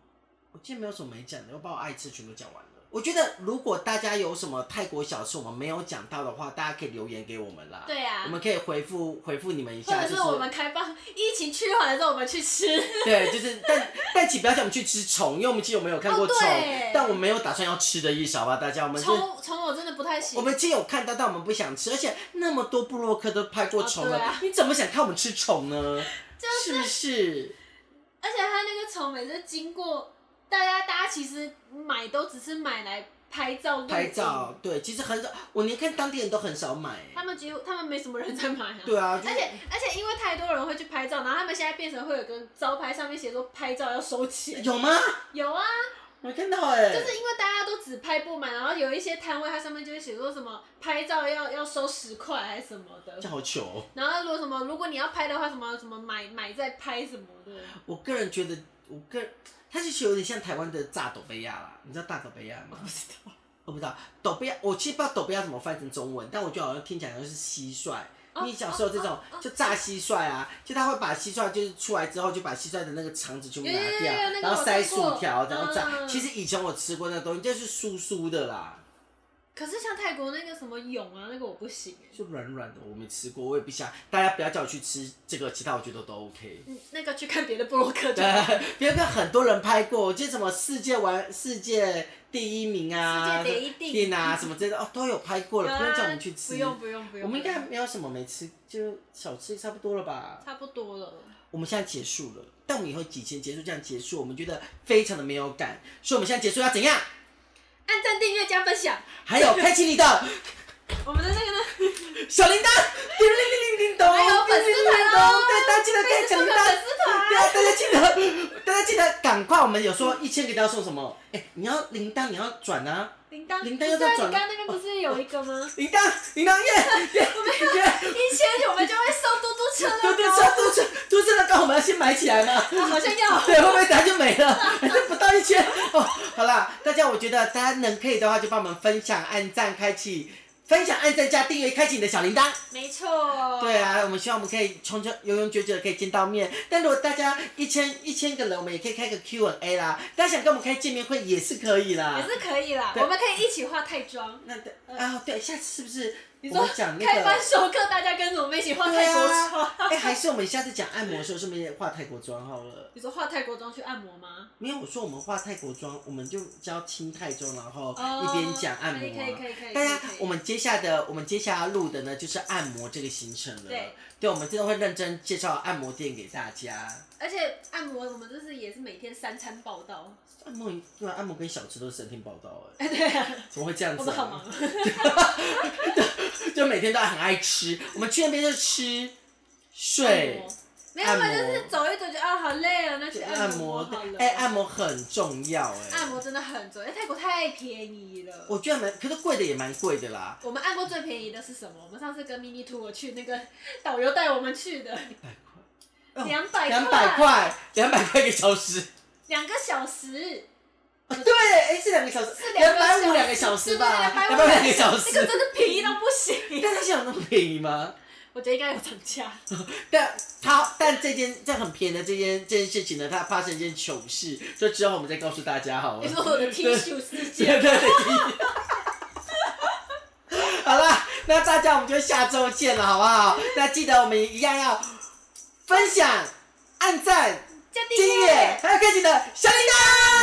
S1: 我记得没有什么没讲的，我把我爱吃全都讲完了。我觉得如果大家有什么泰国小吃我们没有讲到的话，大家可以留言给我们啦。
S2: 对啊
S1: 我们可以回复回复你们一
S2: 或
S1: 下，
S2: 者
S1: 就是
S2: 我们开放疫情趋缓的时候我们去吃，
S1: 对，就是但但请不要叫我们去吃虫，因为我们其实有没有看过
S2: 哦
S1: 虫，
S2: 对
S1: 但我们没有打算要吃的意思，好吧？大家我们就是
S2: 虫虫我真的不太行
S1: 我，们既有看到，但我们不想吃，而且那么多布洛克都拍过虫了，
S2: 啊对啊
S1: 你怎么想看我们吃虫呢？是、不是？
S2: 而且它那个虫每次经过，大家大家其实买都只是买来拍照录
S1: 拍
S2: 影
S1: 照，对，其实很少，我连看当地人都很少买。
S2: 他们几乎他们没什么人在买啊。
S1: 对啊，就
S2: 而
S1: 是
S2: 且而且因为太多人会去拍照，然后他们现在变成会有个招牌上面写说拍照要收钱。
S1: 有吗？
S2: 有啊，
S1: 我没看到哎、
S2: 就是因为大家都只拍不满，然后有一些摊位它上面就会写说什么拍照要要收十块还是什么的
S1: 这。样好糗哦、
S2: 然后如果什么如果你要拍的话，什么什么买买再拍什么的。
S1: 我个人觉得，我个人它其实有点像台湾的炸斗贝亚啦，你知道大斗贝亚吗？
S2: 不知道。
S1: 我不知道斗贝亚，我其实不知道斗贝亚怎么翻成中文，但我觉得好像听起来好像是蟋蟀。
S2: 哦
S1: 你小时候这种
S2: 哦哦哦
S1: 就炸蟋蟀啊，就他会把蟋蟀就是出来之后就把蟋蟀的那个肠子全部拿
S2: 有有有
S1: 掉
S2: 有那，个
S1: 然后
S2: 我
S1: 塞
S2: 吃过
S1: 薯条，然后炸。
S2: 嗯
S1: 其实以前我吃过那东西，就是酥酥的啦，
S2: 可是像泰国那个什么蛹啊，那个我不行哎、
S1: 就软软的，我没吃过，我也不想。大家不要叫我去吃这个，其他我觉得都 OK。
S2: 嗯，那个去看别的布洛克就 好。
S1: 对，别看很多人拍过，我记得什么世界玩世界第一名啊，
S2: 世界第一定
S1: 啊什么之类的，哦都有拍过了，
S2: 有啊
S1: 不用叫我们去吃。
S2: 不用不用不用，
S1: 我们应该没有什么没吃，就小吃差不多了吧？
S2: 差不多了。
S1: 我们现在结束了，但我们以后几天结束这样结束，我们觉得非常的没有感，所以我们现在结束要怎样？
S2: 按赞、订阅、加分享，
S1: 还有开启你的
S2: 我们的那个呢？
S1: 小铃铛。
S2: 哦
S1: 大家记得带奖励单
S2: 粉丝团
S1: 对啊，大家记得，大家记得赶快！我们有说一千个要送什么？哎、你要铃铛，你要转啊！
S2: 铃铛，
S1: 铃铛
S2: 不
S1: 要
S2: 是啊
S1: 再
S2: 你
S1: 转哦
S2: 刚刚那边不是有一个吗？
S1: 铃铛，铃铛耶耶耶！
S2: 以前我们就会送嘟嘟 车
S1: 对
S2: 乐
S1: 对，
S2: 高，
S1: 车都是都是那个，我们要先买起来 嘛。
S2: 啊好像要。
S1: 对，会不会等下就没了？还是不到一千哦。好啦，大家我觉得大家能可以的话，就帮我们分享、按赞、开启、分享、按赞加订阅，开启你的小铃铛。
S2: 没错。
S1: 对。啊，我们希望我们可以长久、永永久久的可以见到面。但如果大家一千一千个人，我们也可以开个 Q&A 啦。大家想跟我们开见面会也是可以啦
S2: 也。是可以啦，
S1: 对
S2: 我们可以一起画泰妆。
S1: 那对啊，对，下次是不是
S2: 你
S1: 我
S2: 说
S1: 们讲那
S2: 开班
S1: 个？
S2: 授课，大家跟着我们一起画
S1: 对
S2: 泰国
S1: 啊
S2: 妆。，
S1: 哎，还是我们下次讲按摩的时候，顺便也化泰国妆好了。
S2: 你说画泰国妆去按摩吗？
S1: 没有，我说我们化泰国妆，我们就教轻泰妆，然后
S2: 哦
S1: 一边讲按摩、啊。
S2: 可以可以可以可以。
S1: 大家
S2: 可以，
S1: 我们接下来的我们接下来录的呢，就是按摩这个行程了。
S2: 对，
S1: 我们真的会认真介绍按摩店给大家。
S2: 而且按摩我们就是也是每天三餐报道。
S1: 按摩对啊，按摩跟小吃都是整天报道哎，
S2: 哎，对啊，
S1: 怎么会这样
S2: 我
S1: 子、
S2: 们好
S1: 啊？
S2: 忙。
S1: 就每天都很爱吃，我们去那边就吃
S2: 按
S1: 睡
S2: 摩。没有嘛，
S1: 按摩
S2: 就是走一走就啊好累啊，那去
S1: 对
S2: 按
S1: 摩
S2: 好了。
S1: 哎、按摩很重要哎、
S2: 按摩真的很重要，因为泰国太便宜了。
S1: 我觉得蛮，可是贵的也蛮贵的啦，
S2: 我们按过最便宜的是什么？我们上次跟 mini tour 去那个 导游带我们去的，
S1: 一百块，哦
S2: 两百
S1: 两百
S2: 块，
S1: 块，两百块一个小时。
S2: 两个小时，
S1: 啊对，哎、是两个小时，两百五两个小时吧，
S2: 对
S1: 两
S2: 对
S1: 百
S2: 对
S1: 五两个小
S2: 这个
S1: 时。
S2: 真的便宜到不行。
S1: 但是现在有那么便宜吗？
S2: 我觉得应该有涨价。
S1: 但他但这件这很便宜的这件这件事情呢，它发生一件糗事，就之后我们再告诉大家好了
S2: 你。说我的 T 恤事
S1: 哦 对
S2: 件，
S1: 对对。好啦，那大家我们就下周见了，好不好？那记得我们一样要分享、按赞、
S2: 加订
S1: 订阅，
S2: 阅。
S1: 还有开启的小铃铛。